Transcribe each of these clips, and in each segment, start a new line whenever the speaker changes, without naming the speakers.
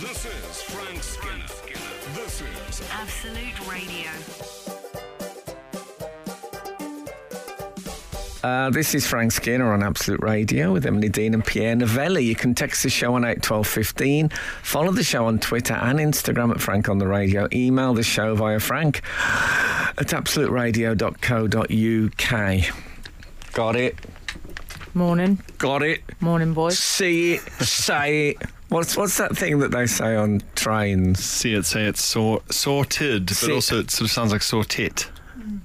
This is Frank Skinner. This is
Absolute Radio.
Uh, this is Frank Skinner on Absolute Radio with Emily Dean and Pierre Novelli. You can text the show on 81215. Follow the show on Twitter and Instagram at Frank on the Radio. Email the show via frank at absoluteradio.co.uk. Got it.
Morning,
Got it.
morning, boys.
See it. say it. What's, what's that thing that they say on trains?
See it, say it's sor- sorted, but
See-
also it sort of sounds like sortit.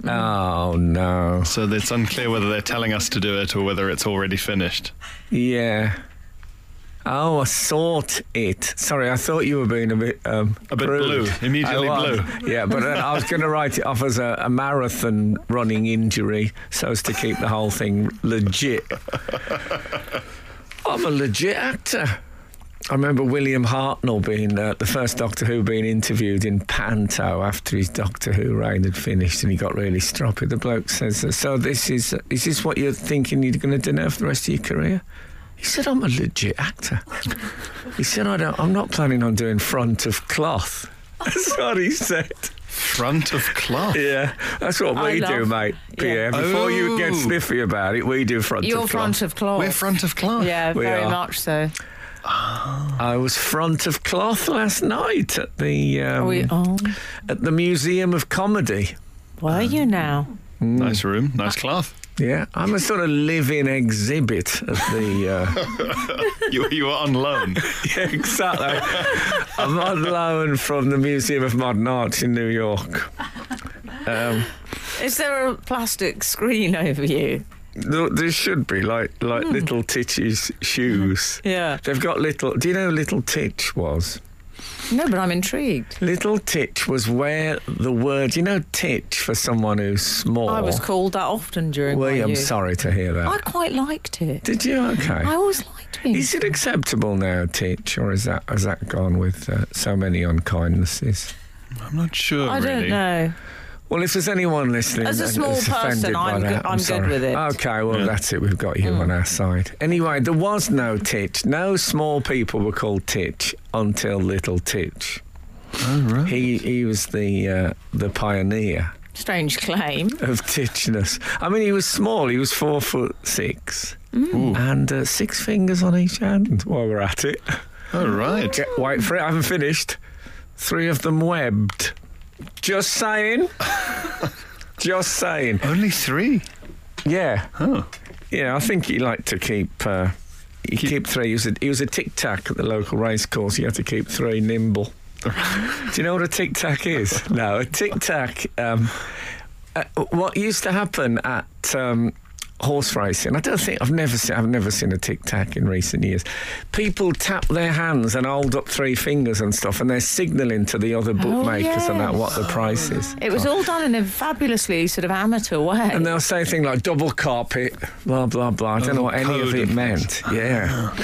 Oh, no.
So it's unclear whether they're telling us to do it or whether it's already finished.
Yeah. Oh, I sort it. Sorry, I thought you were being a bit um,
A bit
crude.
blue. Immediately
I was.
blue.
Yeah, but uh, I was going to write it off as a, a marathon running injury, so as to keep the whole thing legit. I'm a legit actor. I remember William Hartnell being uh, the first Doctor Who being interviewed in Panto after his Doctor Who reign had finished, and he got really stroppy. The bloke says, "So this is is this what you're thinking you're going to do now for the rest of your career?" He said, "I'm a legit actor." he said, "I don't. I'm not planning on doing front of cloth." That's what he said.
Front of cloth.
Yeah, that's what
I
we do,
love-
mate.
yeah.
Pierre. before you get
Oh.
sniffy about it, we do front
You're
of cloth.
front of cloth.
We're front of cloth.
Yeah,
We
very
are.
much so.
I was front of cloth last night at the um,
Are we on?
at the Museum of Comedy.
Were you now?
Mm. Nice room, nice cloth.
Yeah, I'm a sort of living exhibit at the. Uh,
You, you were on loan.
yeah, exactly. I'm on loan from the Museum of Modern Art in New York. Um,
Is there a plastic screen over you?
there, there should be like like
Hmm.
little Titch's shoes.
Yeah.
They've got little. Do you know who Little Titch was?
No, but I'm intrigued.
Little Titch was where the word. You know, Titch for someone who's small.
I was called that often during my
William,
youth.
sorry to hear that.
I quite liked it.
Did you? Okay.
I always liked being.
Is it acceptable now, Titch, or is that has that gone with uh, so many unkindnesses?
I'm not sure,
I don't
really.
know.
Well, if there's anyone listening,
As a
and
small
is
person,
offended by
I'm
that,
good- I'm good
sorry.
with it. Mm.
Okay, well
Yeah.
that's it. We've got you on our side. Anyway, there was no Titch. No small people were called Titch until Little Titch. He he was the uh, the pioneer
Strange claim.
of Titchness. I mean, he was small. He was four foot six
Mm.
and uh, six fingers on each hand. While we're at it.
All right.
Get wait for it. I haven't finished. Three of them webbed. Just saying. Just saying.
Only three.
Yeah.
Oh.
Yeah. I think he liked to keep. Uh, he keep, three. He was a, he was a tic tac at the local race course. He had to keep three nimble. Do you know what a tic tac is? no, a tic tac. Um, uh, what used to happen at um, horse racing? I don't think I've never seen. I've never seen a tic tac in recent years. People tap their hands and hold up three fingers and stuff, and they're signalling to the other bookmakers
yes.
about what the price is.
It was all done in a fabulously sort of amateur way.
And they'll say things like double carpet, blah, blah, blah. I don't know what any of
code
it
and
meant. Yeah.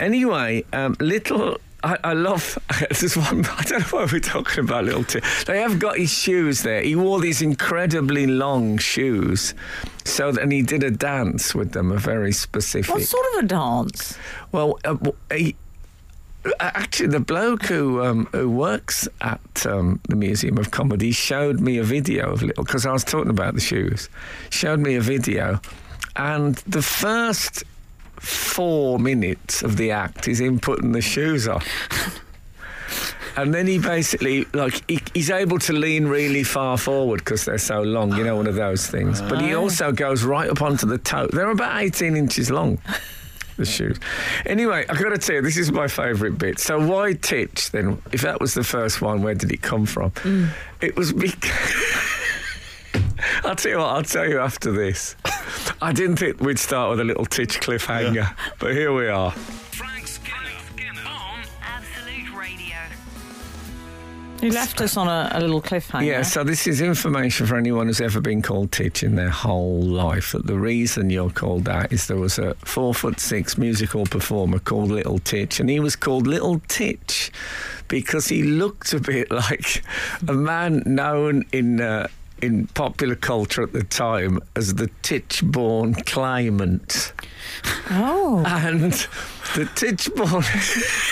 Anyway, um, little. I, I love. There's one. I don't know why we're talking about little Tim. They have got his shoes there. He wore these incredibly long shoes. So, and he did a dance with them, a very specific.
what sort of a dance?
Well, uh, w- he, actually, the bloke who um, who works at um, the Museum of Comedy showed me a video of little because I was talking about the shoes. Showed me a video, and the first four minutes of the act is him putting the shoes on. And then he basically, like, he, he's able to lean really far forward because they're so long, you know, one of those things. But he also goes right up onto the toe. They're about 18 inches long the shoes. Anyway, I've got to tell you, this is my favourite bit. So why Titch then? If that was the first one, where did it come from? It was because... I'll tell you what, I'll tell you after this. I didn't think we'd start with a little Titch cliffhanger, but here we are.
Frank Skinner. On
Absolute Radio.
You left us on a, a little cliffhanger.
Yeah, so this is information for anyone who's ever been called Titch in their whole life. That the reason you're called that is there was a four foot six musical performer called Little Titch, and he was called Little Titch because he looked a bit like a man known in. Uh, in popular culture at the time as the Titchborn Claimant.
Oh.
And the Titchborn.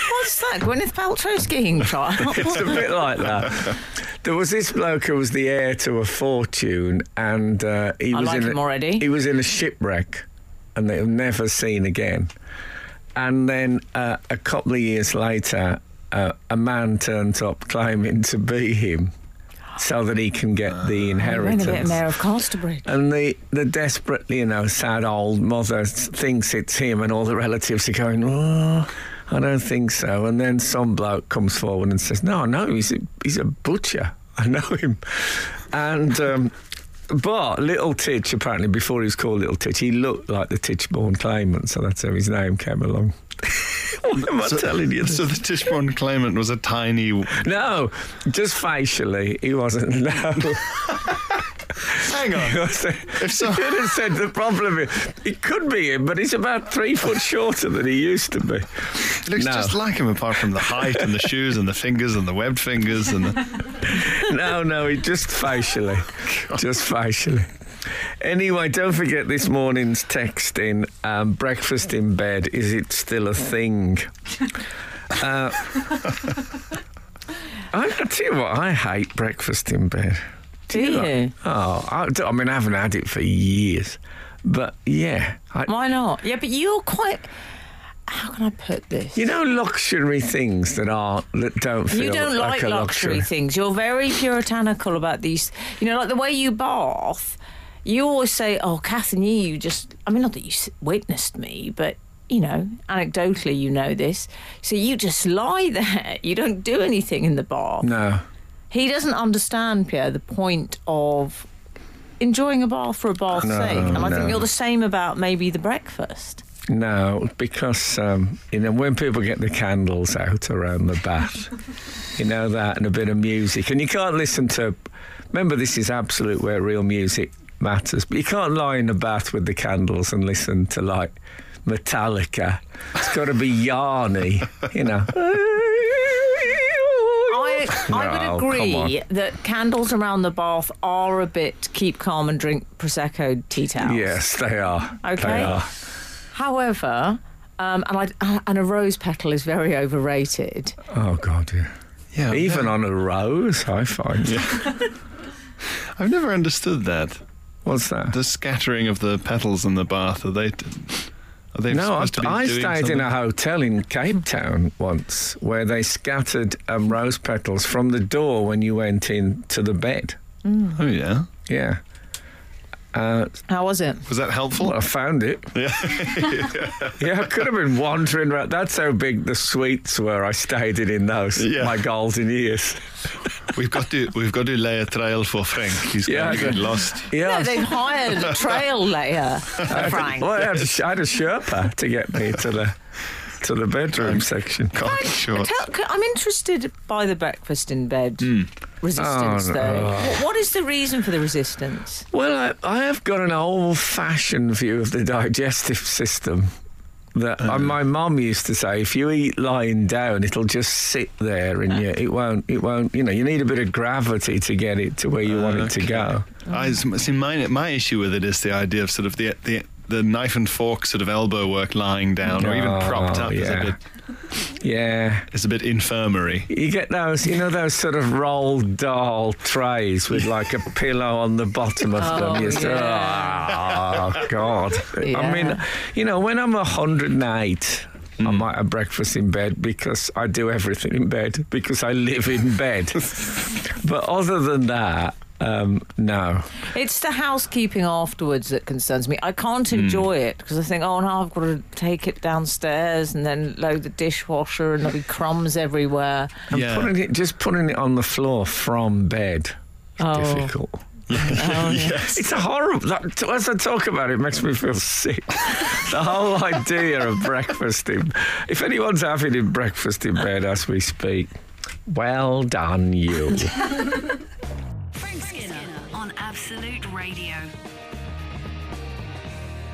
Why is that? Gwyneth Paltrow skiing trial.
It's a bit like that. There was this bloke who was the heir to a fortune, and uh, he
I
was
like
in
him
a,
already.
He was in a shipwreck, and they were never seen again. And then uh, a couple of years later, uh, a man turned up claiming to be him, so that he can get the
Ring a bit
inheritance.
Mayor of Casterbridge.
And the, the desperately, you know, sad old mother s- thinks it's him, and all the relatives are going, oh, I don't think so. And then some bloke comes forward and says, no, no, he's a, he's a butcher. I know him. And, um, but Little Titch, apparently, before he was called Little Titch, he looked like the Titchborn claimant, so that's how his name came along. Why am I telling you this?
So the Tishborn claimant was a tiny.
no, just facially, he wasn't. No.
Hang on.
if
If so-
could have said the problem is, it could be him, but he's about three foot shorter than he used to be.
Looks
no,
just like him, apart from the height and the shoes and the fingers and the webbed fingers and the.
no, no, he just facially, just facially. Anyway, don't forget this morning's texting. Um, breakfast in bed is it still a thing? Uh, I, I tell you what, I hate breakfast in bed.
Do you?
Oh, I, I mean, I haven't had it for years, but yeah, I,
Why not? Yeah, but you're quite. How can I put this?
You know, luxury things that are that don't feel
You don't like,
a
luxury,
luxury.
things. You're very puritanical about these. You know, like the way you bath. You always say, "Oh, Kath and you, you just." I mean, not that you s- witnessed me, but you know, anecdotally, you know this. So you just lie there. You don't do anything in the bath.
No,
He doesn't understand, Pierre, the point of enjoying a bath for a bath's
No,
sake. And I
no.
think you're the same about maybe the breakfast.
no, because um, you know when people get the candles out around the bath, you know that, and a bit of music, and you can't listen to. Remember, this is absolute where real music matters, but you can't lie in the bath with the candles and listen to like Metallica. It's got to be yarny, you know.
I, I
No,
would
come
agree
on.
that candles around the bath are a bit keep calm and drink prosecco tea towels.
Yes, they are.
Okay.
They are.
However, um, and I, and a rose petal is very overrated.
Oh God, yeah.
Yeah.
Even on a rose, I find.
I've never understood that.
What's that?
The scattering of the petals in the bath. Are they? Are they
No, I,
supposed to be
I
doing
stayed
something?
in a hotel in Cape Town once where they scattered um, rose petals from the door when you went in to the bed.
Oh yeah.
Yeah. Uh,
How was it?
Was that helpful?
well, I found it.
Yeah.
Yeah, I could have been wandering around. That's how big the suites were I stayed in in those,
Yeah.
my golden years.
we've got to we've got to lay a trail for Frank. He's
Yeah,
going to get
okay.
lost.
No,
Yeah.
they've hired a trail layer, Frank.
well, I had, a sh- I had a Sherpa to get me to the, to the
Um,
bedroom section.
God, sure.
Tell, c- I'm interested by the breakfast in bed resistance,
Oh, Hmm. no.
though. Wh- What is the reason for the resistance?
Well, I, I have got an old fashioned view of the digestive system. That uh, my mum used to say, if you eat lying down, it'll just sit there in you. It won't. It won't. You know, you need a bit of gravity to get it to where you want it to go.
I see. My my issue with it is the idea of sort of the the the knife and fork sort of elbow work lying down or even propped
Oh,
up is
yeah.
a bit
Yeah,
is a bit infirmary.
you get those. You know those sort of rolled doll trays with like a pillow on the bottom of them.
Oh,
You say, oh God. I
Yeah.
mean, you know, when I'm 108, I
Mm.
might have breakfast in bed because I do everything in bed because I live in bed. but other than that, um, no.
It's the housekeeping afterwards that concerns me. I
Hmm.
can't enjoy it because I think, oh no, I've got to take it downstairs and then load the dishwasher and there'll be crumbs everywhere.
yeah.
Putting it, just putting it on the floor from bed is
Oh.
difficult.
yes.
It's a horrible. That, as I talk about it, it makes me feel sick. the whole idea of breakfast in. If anyone's having in breakfast in bed as we speak, well done you.
Frank Skinner on Absolute Radio.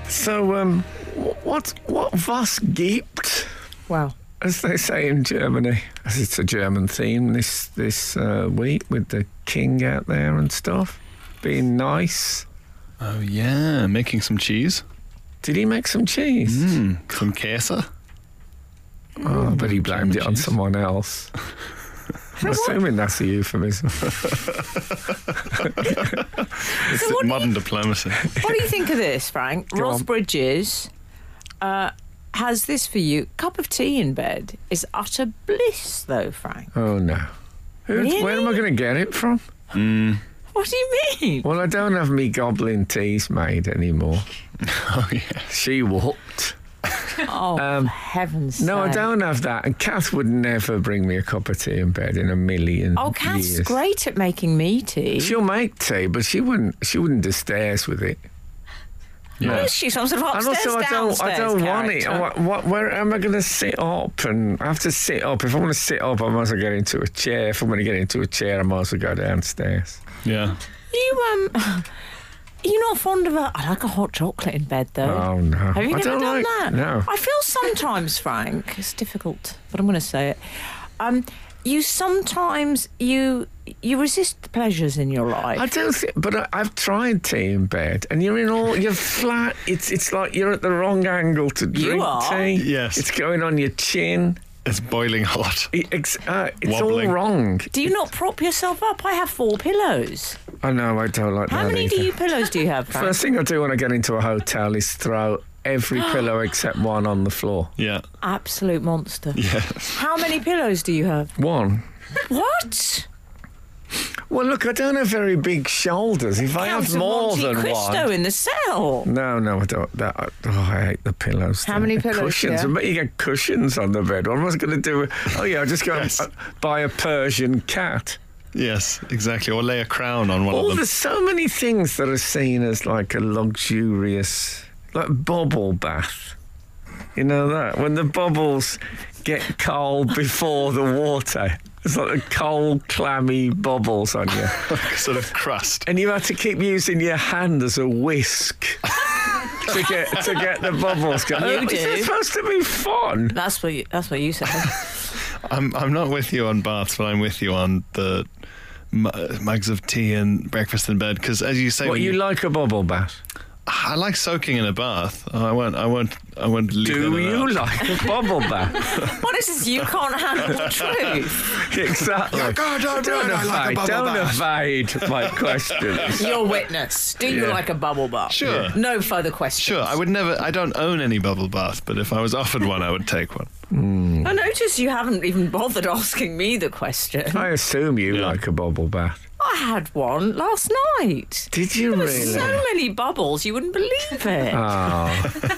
so, um, wh- what what was gibt,
Wow.
as they say in Germany? As it's a German theme this this uh, week with the king out there and stuff, being nice.
Oh yeah, making some cheese. Mm. Hmm.
Did he make some cheese?
Some queso.
Oh, but he blamed it on someone else. I'm assuming that's a euphemism.
It's
what do
modern diplomacy.
What do you think of this, Frank? Ross
on.
Bridges uh, has this for you. Cup of tea in bed is utter bliss, though, Frank.
Oh no. Who, Where am I
Really?
going to get it from?
What do you mean?
Well, I don't have me goblin teas made anymore.
Oh yeah.
She whooped.
Oh, for heavens
Um, No, I
sake.
don't have that. And Kath would never bring me a cup of tea in bed in a million.
Oh, Kath's
years.
great at making me tea.
She'll make tea, but she wouldn't. She wouldn't distairse with it.
What
Yeah.
is she, some sort of
And
upstairs,
also, I don't. I
downstairs
don't want it.
character?
What, what, where am I going to sit up? And I have to sit up. If I want to sit up, I might as well get into a chair. If I'm going to get into a chair, I might as well go downstairs.
Yeah.
You um, are you not fond of a? I like a hot chocolate in bed though.
Oh no!
Have you
I
never
don't
done
like,
that?
No.
I feel sometimes, Frank, it's difficult, but I'm going to say it. Um, you sometimes you you resist the pleasures in your life.
I don't think, but I, I've tried tea in bed, and you're in all you're flat. It's it's like you're at the wrong angle to drink
are.
tea.
Yes.
it's going on your chin.
It's boiling hot.
It, it's uh, it's
Wobbling.
all wrong.
do you not prop yourself up? I have four pillows.
I know. I don't like
How
that.
many
either.
do you pillows do you have, Frank?
First thing I do when I get into a hotel is throw every pillow except one on the floor.
Yeah.
Absolute monster.
Yeah.
How many pillows do you have?
One.
What?
Well, look, I don't have very big shoulders. If I
Count
have
of
more
Monte
than
Cristo
one.
in the cell.
No, no, I don't. That, I- oh, I hate the pillows.
How
thing.
many pillows,
Cushions.
yeah?
I bet you get cushions on the bed. What am I going to do? with- Oh, yeah, I'll just go
Yes.
and uh, buy a Persian cat.
Yes. Exactly. Or lay a crown on one
All
of them.
there's so many things that are seen as like a luxurious, like bubble bath. You know that when the bubbles get cold before the water, it's like the cold, clammy bubbles on you,
sort of crust.
and you have to keep using your hand as a whisk. to get to get the bubbles going. Uh,
You
Is
do.
it supposed to be fun?
That's what you, that's what you said.
I'm I'm not with you on baths, but I'm with you on the mu- mugs of tea and breakfast in bed because as you say
What
when
you like a bubble bath?
I like soaking in a bath. I won't. I won't. I won't. Leave
Do
it at
you
that.
like a bubble bath?
what is this? You can't handle the truth.
Exactly.
God, I'm
Don't
right, I like a
evade,
bubble
don't
bath.
evade my questions.
Your witness. Do you
Yeah.
like a bubble bath?
Sure.
No further questions.
Sure, I would never. I don't own any bubble bath, but if I was offered one, I would take one.
I notice you haven't even bothered asking me the question.
I assume you like a bubble bath.
I had one last night.
Did you really?
So many bubbles, you wouldn't believe it.
Oh. it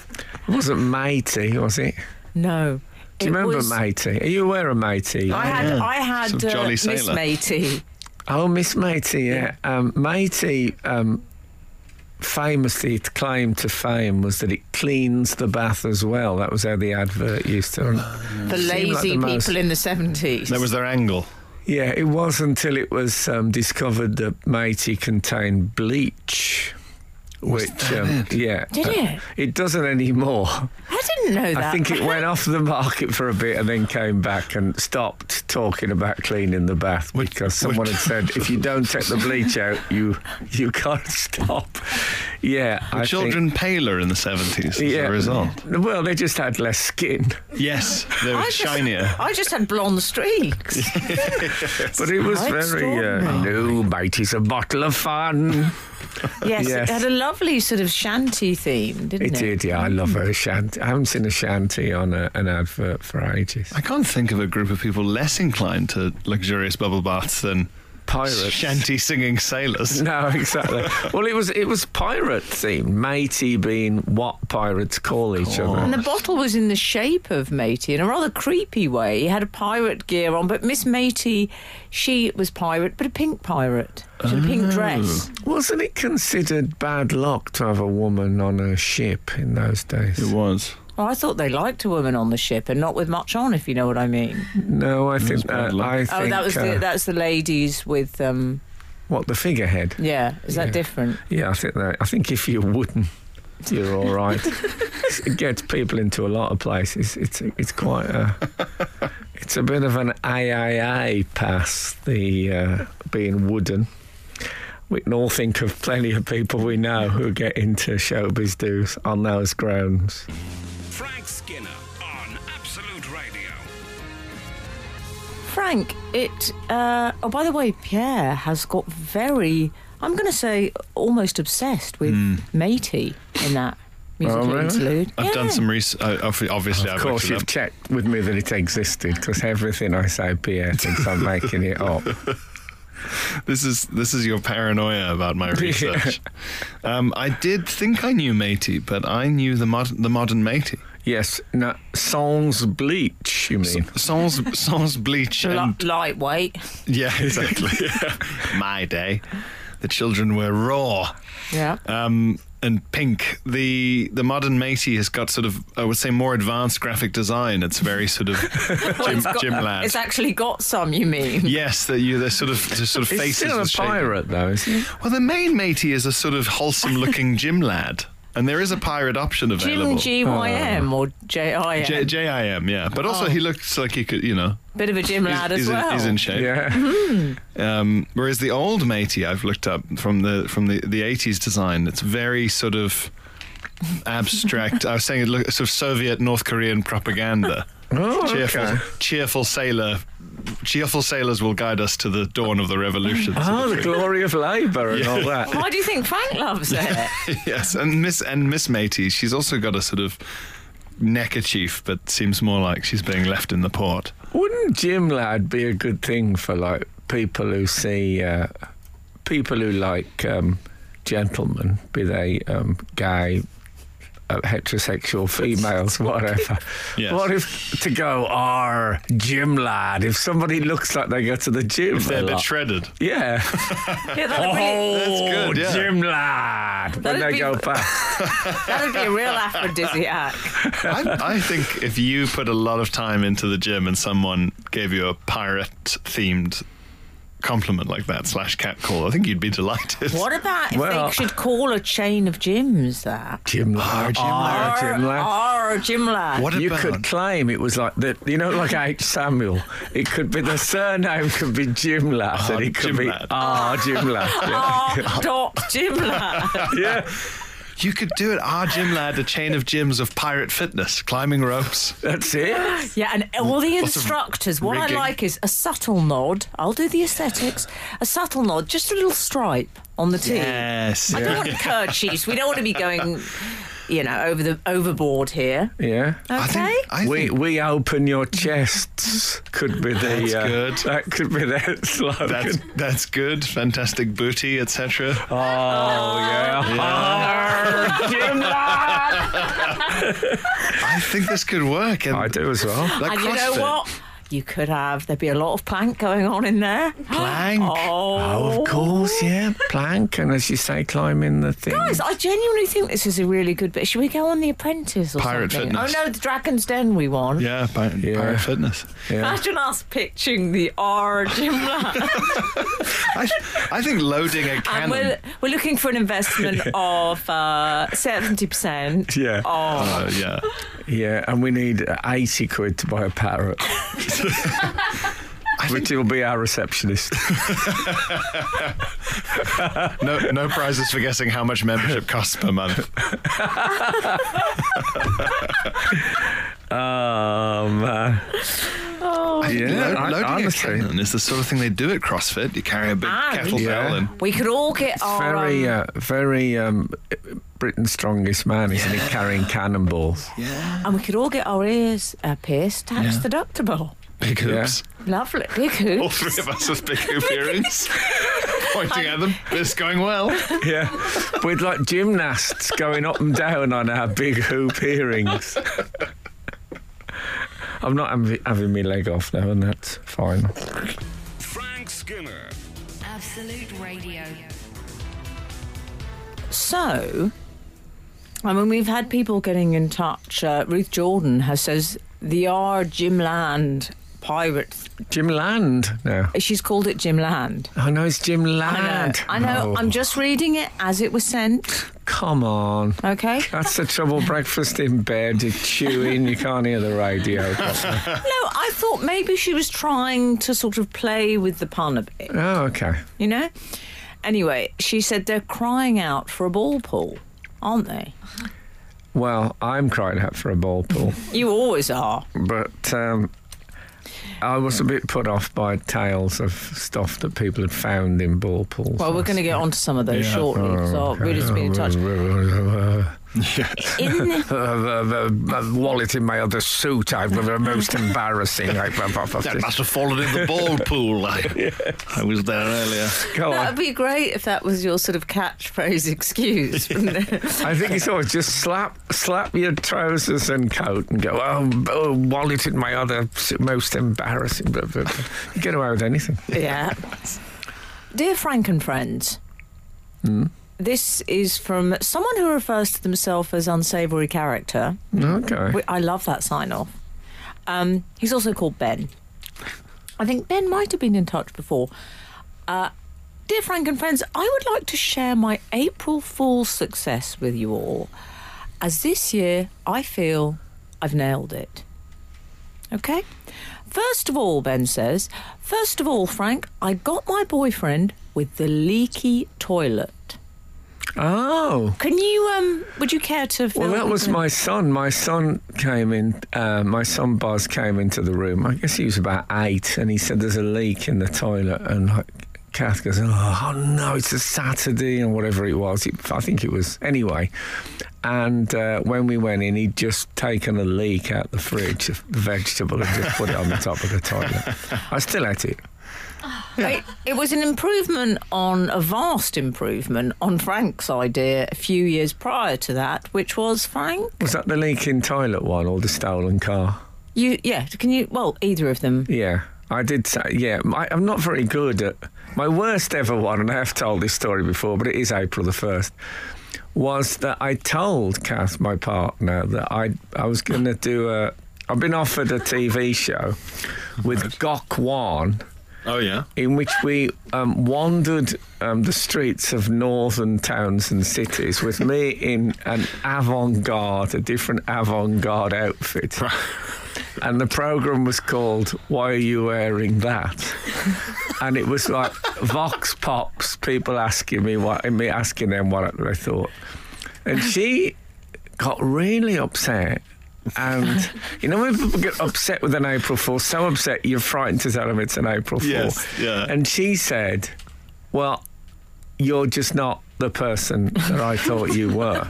wasn't matey, was it?
no.
Do you
It
remember
was-
matey? Are you aware of matey?
I had,
Yeah.
I had
Some
uh,
jolly
Miss
sailor.
Matey.
oh, Miss Matey, yeah. Um, matey um, famously, its claim to fame was that it cleans the bath as well. That was how the advert used to run.
The
Seemed like
lazy
the most-
people in the 70s.
That was their angle.
Yeah, it was until it was um, discovered that matey contained bleach. Which, um, yeah.
Did it?
It doesn't anymore.
I didn't know that.
I think it went off the market for a bit and then came back and stopped talking about cleaning the bath because someone had said, if you don't take the bleach out, you you can't stop. Yeah, I
Children paler in the seventies
Think,
as a result.
Well, they just had less skin,
Yes, they
I
were
just-
shinier.
I just had blonde streaks.
but it was
How
very uh,
extraordinary.
no, mate, it's a bottle of fun.
Yes,
Yes.
it had a lovely sort of shanty theme, didn't
It
it?
did, yeah. I love a shanty. I haven't seen a shanty on a, an advert for ages.
I can't think of a group of people less inclined to luxurious bubble baths than
Pirates.
shanty singing sailors.
No, exactly. well, it was it was pirate themed. Matey being what pirates call each
And
other.
the bottle was in the shape of Matey in a rather creepy way. He had a pirate gear on, but Miss Matey, she was pirate, but a pink pirate. She had a pink
Oh.
dress.
Wasn't it considered bad luck to have a woman on a ship in those days?
was.
Well, I thought they liked a woman on the ship and not with much on, if you know what I mean.
No, I think
bad
uh,
luck.
I think
oh, that was
uh,
the, that's the ladies with um.
what the figurehead.
Yeah, is that different?
Yeah, I think that. I think if you're wooden, you're all right. it gets people into a lot of places. It's it's quite a. It's a bit of an AIA pass, the uh, being wooden. We can all think of plenty of people we know who get into showbiz dues on those grounds.
Frank Skinner on Absolute Radio.
Frank, it. Uh, oh, by the way, Pierre has got very. I'm going to say almost obsessed with Matey in that musical
really?
interlude.
Hmm. Oh, I've done
Yeah.
some research. Obviously,
Of
I've
course,
looked it
you've
up.
checked with me that it existed because everything I say, Pierre thinks I'm making it up.
This is this is your paranoia about my research. um, I did think I knew Matey, but I knew the mod- the modern Matey.
Yes, no, sans bleach, you mean?
Sans sans bleach
Li-
and
lightweight.
yeah, exactly. my day, the children were raw.
Yeah.
um, and pink. The the modern Matey has got sort of I would say more advanced graphic design. It's very sort of
Well,
Jim,
it's got-
Jim Ladd.
Uh, It's actually got some, you mean?
yes, that you they're sort of they're sort of
He's
faces.
still a
with shape.
pirate, though, isn't he?
Well, the main Matey is a sort of wholesome looking Jim Lad, and there is a pirate option available.
Jim G Y M or J I M.
Oh. J- JIM, yeah, but also he looks like he could, you know,
Bit of a Jim
he's,
Oh. lad as
he's
well.
in, he's in shape.
Yeah.
Um, whereas the old matey I've looked up from the from the the eighties design, it's very sort of abstract. I was saying it look sort of Soviet North Korean propaganda.
Oh,
cheerful,
okay.
cheerful sailor, cheerful sailors will guide us to the dawn of the revolution. sort
Oh,
of
the
thing.
glory of labour and all that.
Why do you think Frank loves it?
yes, and Miss and Miss Matey, she's also got a sort of neckerchief, but seems more like she's being left in the port.
Wouldn't Jim Lad be a good thing for like people who see uh, people who like um, gentlemen, be they um, gay, uh, heterosexual, females, whatever?
Yes.
What if to go, "Ar Jim Lad"? If somebody looks like they go to the gym,
If
a
they're a bit
lot.
shredded.
yeah.
Yeah, that'd, be,
oh,
good, yeah.
Jim Lad. When
That'd
they
be-
go past,
Oh.
that'd be a real aphrodisiac.
I, I think if you put a lot of time into the gym and someone gave you a pirate themed compliment like that slash cat call, I think you'd be delighted.
What about if
Well-
they should call a chain of gyms that?
Jim Lad.
Jim Lad.
Ar Jim Lad.
Or a gym lad.
What
you
about
could claim it was like the, you know, like H. Samuel. It could be the surname could be Jim Lass,
Oh,
and it could
Jim
be
Lass.
R. Jim Lass. Yeah.
R dot gym lad.
Oh.
yeah,
you could do it? Our gym lad, a chain of gyms of pirate fitness, climbing ropes.
that's it.
Yeah, and all the
Lots of
instructors. What
rigging.
I like is a subtle nod. I'll do the aesthetics. A subtle nod, just a little stripe on the T.
Yes.
I don't want curd cheese. We don't want to be going, you know, over the overboard here.
Yeah.
Okay.
I think, I
We
think
we open your chests could be the
That's
uh,
good.
that could be their slogan.
that's that's good. Fantastic booty, etc.
oh yeah, Arr, Jim Lass.
I think this could work. And
I do as well.
Like
and you know
CrossFit.
what? You could have. There'd be a lot of plank going on in there.
Plank.
Oh,
Oh, of course, yeah. Plank and as you say, climbing the thing.
Guys, I genuinely think this is a really good bit. Should we go on The Apprentice or
Pirate
something?
Fitness.
Oh no, the Dragon's Den we want.
Yeah, pirate,
Yeah.
pirate fitness.
Yeah.
Imagine us pitching the R gym lab.
I, I think loading a
and
cannon.
we're, we're looking for an investment of uh, 70%.
Yeah.
Oh,
Uh, yeah.
Yeah, and we need 80 quid to buy a parrot. Which will be our receptionist.
No, no prizes for guessing how much membership costs per month.
Um, uh,
Oh,
Oh.
I think
Yeah,
lo-
I-
loading
honestly.
a cannon is the sort of thing they do at CrossFit. You carry a big
Ah,
kettlebell
yeah.
and
we could all get our.
very,
um,
uh, very um, Britain's strongest man, isn't he? Carrying cannonballs.
um, and we could all get our ears uh, pierced, tax deductible.
big hoops.
Lovely. Big
All
hoop.
three of us with big hoop earrings, pointing at them. This going well.
Yeah, with like gymnasts going up and down on our big hoop earrings. I'm not hav- having my leg off now, and that's fine.
Frank Skinner.
Absolute Radio.
So, I mean, we've had people getting in touch. Uh, Ruth Jordan has says the R Gymland pirate.
Jim Land now.
She's called it Gymland.
I know it's Jim
I know.
Land.
I know.
Oh,
I'm just reading it as it was sent.
Come on.
Okay.
That's the trouble. Breakfast in bed, you're chewing, you can't hear the radio. properly.
no, I thought maybe she was trying to sort of play with the pun a bit.
Oh, okay.
You know. Anyway, she said they're crying out for a ball pool, aren't they?
Well, I'm crying out for a ball pool,
You always are.
but um, I was a bit put off by tales of stuff that people had found in ball pools.
Well, we're going to get onto some of those
Yeah.
shortly.
oh,
so Rudy's been in touch. In the,
wallet in my other suit. I've the most embarrassing. I,
That must have fallen in the ball pool. I, I was there earlier.
Go
that would
on.
be great if that was your sort of catchphrase excuse. from the-
I think it's always just slap, slap your trousers and coat, and go. Oh, oh wallet in my other suit, most embarrassing. Blah, blah, blah. You get away with anything.
yeah. Dear Frank and friends, this is from someone who refers to themselves as unsavoury character.
Okay.
Wh- I love that sign off. Um, he's also called Ben. I think Ben might have been in touch before. Uh, Dear Frank and friends, I would like to share my April Fool's success with you all, as this year I feel I've nailed it. Okay? First of all, Ben says, first of all, Frank, I got my boyfriend with the leaky toilet.
Oh.
Can you, um, would you care to fill
Well, that
in
was
the-
my son. My son came in. Uh, my son Buzz came into the room. I guess he was about eight, and he said, "There's a leak in the toilet." And like, Kath goes, "Oh no, it's a Saturday," and whatever it was. It, I think it was anyway. And uh, when we went in, he'd just taken a leak out the fridge of the vegetable and just put it on the top of the toilet. I still ate it.
It, it was an improvement on a vast improvement on Frank's idea a few years prior to that, which was Frank.
Was that the leak in toilet one or the stolen car?
You yeah, can you? Well, either of them.
Yeah, I did say, yeah, I, I'm not very good at my worst ever one, and I have told this story before, but it is April the 1st. Was that I told Kath, my partner, that I I was going to do a. I've been offered a TV show with Gok Wan,
Oh, yeah.
in which we um, wandered um, the streets of northern towns and cities with me in an avant-garde, a different avant-garde outfit. And the program was called "Why Are You Wearing That?" and it was like vox pops, people asking me what, and me asking them what they thought. And she got really upset. And you know when people get upset with an April Fool, so upset you're frightened to tell them it's an April Fool.
Yes, yeah.
And she said, "Well, you're just not the person that I thought you were."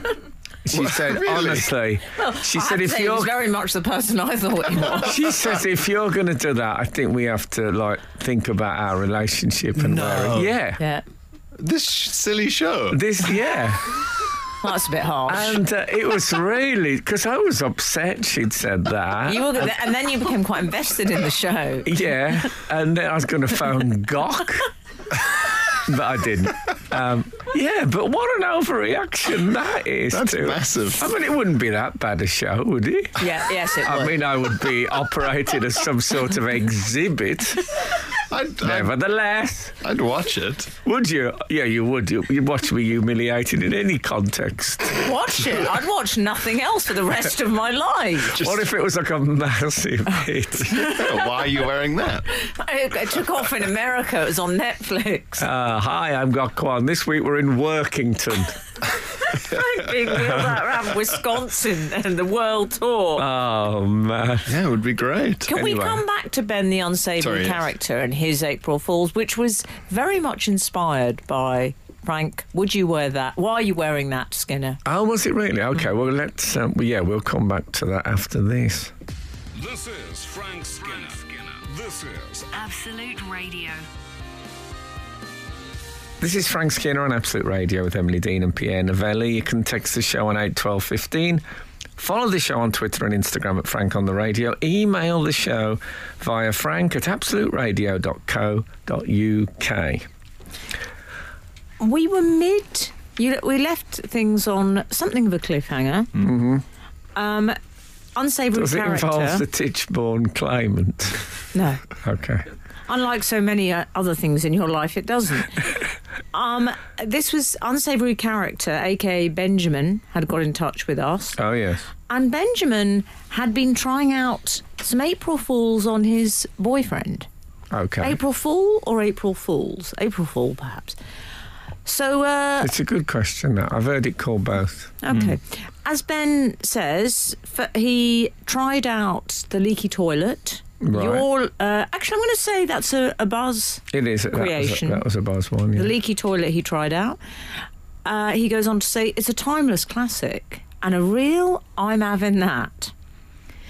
She said,
really?
honestly, she said,
I have to
if
say he
you're
was very much the person I thought he was.
she says if you're going to do that, I think we have to like think about our relationship and
No.
where. Yeah,
yeah,
This sh- silly show.
this yeah,
that's a bit harsh.
and uh, it was really because I was upset she'd said that.
you were gonna, and then you became quite invested in the show.
Yeah, and then I was going to phone Gok, but I didn't. Um, yeah, but what an overreaction that is.
That's
to-
massive.
I mean, it wouldn't be that bad a show, would it?
Yeah, yes, it was.
I mean, I would be operated as some sort of exhibit.
I'd, I'd,
Nevertheless.
I'd watch it.
Would you? Yeah, you would. You- You'd watch me humiliated in any context.
watch it. I'd watch nothing else for the rest of my life.
Just,
What if it was like a massive hit?
why are you wearing that?
It it took off in America. It was on Netflix.
Uh, hi, I'm Gok Kwan. This week we're in Workington.
Being wheeled out around Wisconsin and the world tour.
Oh, man.
Yeah, it would be great.
Can we
Anyway.
come back to Ben the
Sorry,
unsavory
yes.
character and his April Fools, which was very much inspired by Frank? Would you wear that? Why are you wearing that, Skinner?
Oh, was it really? Okay, well, let's. Um, well, yeah, we'll come back to that after this.
This is Frank Skinner. This is
Absolute Radio.
This is Frank Skinner on Absolute Radio with Emily Dean and Pierre Novelli. You can text the show on 81215. Follow the show on Twitter and Instagram at Frank on the Radio. Email the show via frank at absoluteradio.co.uk.
We were mid. You, we left things on something of a cliffhanger. Mm-hmm. Um, unsavory
Does it
character.
involve the Titchborne claimant?
no.
okay.
Unlike so many uh, other things in your life, it doesn't. um, this was unsavory character, aka Benjamin, had got in touch with us.
Oh, yes.
And Benjamin had been trying out some April Fools on his boyfriend.
Okay.
April Fool or April Fools? April Fool, perhaps. So, uh,
It's a good question, that. I've heard it called both.
okay. As Ben says, f- he tried out the leaky toilet
Right.
Your uh, actually, I'm going to say that's a, a buzz.
It is that was a-
creation.
That was a, buzz one. Yeah.
The leaky toilet he tried out. Uh, he goes on to say it's a timeless classic and a real I'm having that.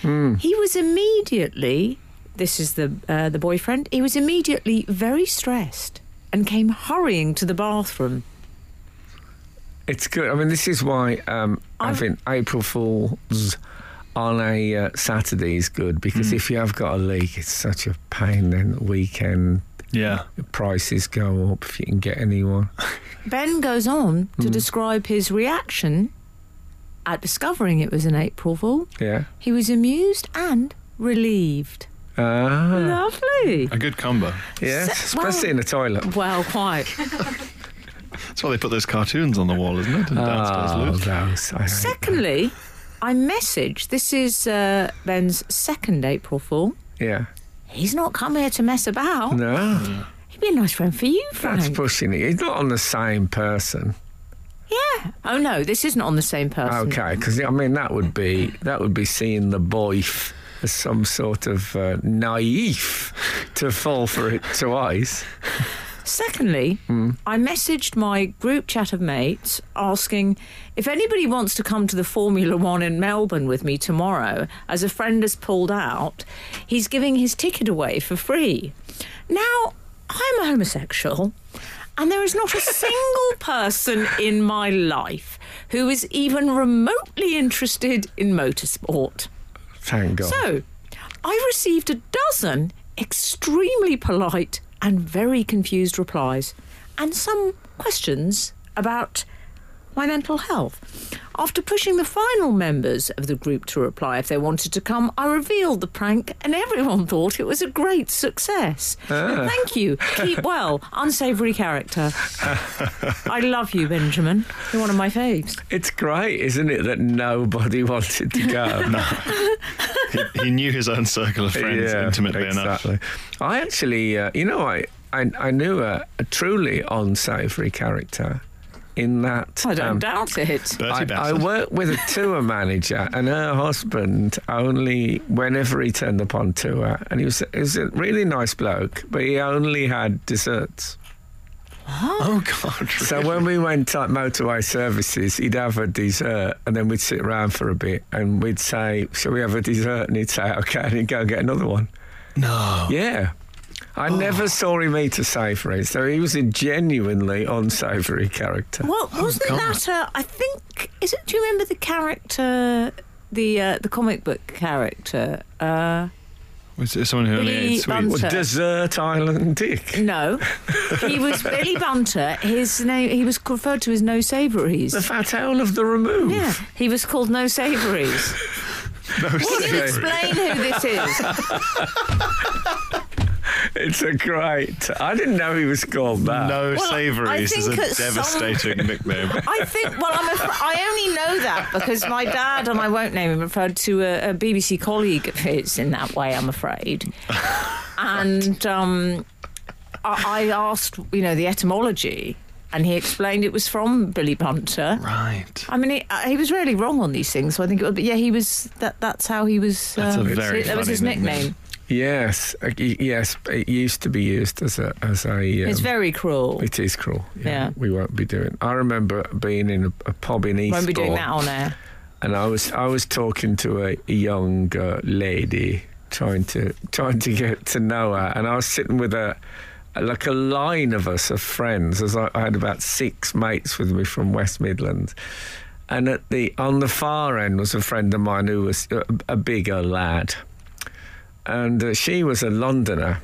He was immediately this is the uh, the boyfriend. He was immediately very stressed and came hurrying to the bathroom.
It's good. I mean, this is why um,
I'm-
having April Fools on a uh, Saturday is good
Mm.
because if you have got a leak, it's such a pain. Then the weekend
Yeah.
prices go up if you can get anyone.
Ben goes on to describe his reaction at discovering it was an April Fool.
Yeah.
He was amused and relieved.
Ah.
Lovely.
A good combo.
Yeah.
So- well-
Especially in the toilet.
Well, quite.
That's why they put those cartoons on the wall, isn't it? And downstairs
Oh,
lives.
those. I hate
Secondly, I messaged. This is uh, Ben's second April Fool.
that. Yeah.
He's not come here to mess about.
No.
He'd be a nice friend for you, Frank.
That's pushing it. He's not on the same person.
yeah. Oh no, this isn't on the same person.
Okay, because I mean that would be that would be seeing the boyf as some sort of uh, naive to fall for it twice.
Secondly, I messaged my group chat of mates asking if anybody wants to come to the Formula One in Melbourne with me tomorrow, as a friend has pulled out, he's giving his ticket away for free. Now, I'm a homosexual, and there is not a single person in my life who is even remotely interested in motorsport.
Thank God.
So, I received a dozen extremely polite and very confused replies, and some questions about my mental health. After pushing the final members of the group to reply if they wanted to come, I revealed the prank and everyone thought it was a great success. Thank you. Keep well. Unsavory character. I love you, Benjamin. You're one of my faves.
it's great, isn't it, that nobody wanted to go?
He, he knew his own circle of friends intimately enough.
exactly. I actually, uh, you know, I I, I knew a, a truly unsavoury character in that
I don't
um,
doubt it.
Bertie
I, I
Bassett.
worked with a tour manager, and her husband only whenever he turned up on tour, and he was, he was a really nice bloke, but he only had desserts.
oh, God. Really?
So when we went at motorway services, he'd have a dessert, and then we'd sit around for a bit, and we'd say, "Shall we have a dessert?" And he'd say, "Okay," and he'd go and get another one.
no. Oh.
Yeah. I never saw him eat a savoury, so he was a genuinely unsavoury character.
Well, wasn't
God.
that? A, I think. Is it? Do you remember the character, the uh, the comic book character? Uh,
Was it someone who only
Billy
ate sweets?
Bunsen.
Well,
Sir.
Desert Island Dick.
no, he was Billy Bunter. His name. He was referred to as No Savories.
The fat owl of the remove.
Yeah, he was called No Savories. Can you explain who this is?
It's a great. I didn't know he was called that.
No
Well, I
savories is a
think at some-
devastating nickname.
I think. Well, I'm. Af- I only know that because my dad, and I won't name him, referred to a, a BBC colleague of his in that way. I'm afraid, and um, I, I asked, you know, the etymology, and he explained it was from Billy Bunter.
Right.
I mean, he, uh, he was really wrong on these things. So I think it would be. Yeah, he was. That that's how he was. um,
That's a very
that was
funny
his
nickname.
nickname.
Yes, uh, y- yes. It used to be used as a as a. Um,
It's very cruel.
it is cruel.
Yeah.
we won't be doing. I remember being in a, a pub in Eastbourne,
Won't be doing that on air.
and I was I was talking to a, a young uh, lady trying to trying to get to know her, and I was sitting with a. Like a line of us of friends, as I, I had about six mates with me from West Midlands, and at the on the far end was a friend of mine who was a, a bigger lad, and uh, she was a Londoner.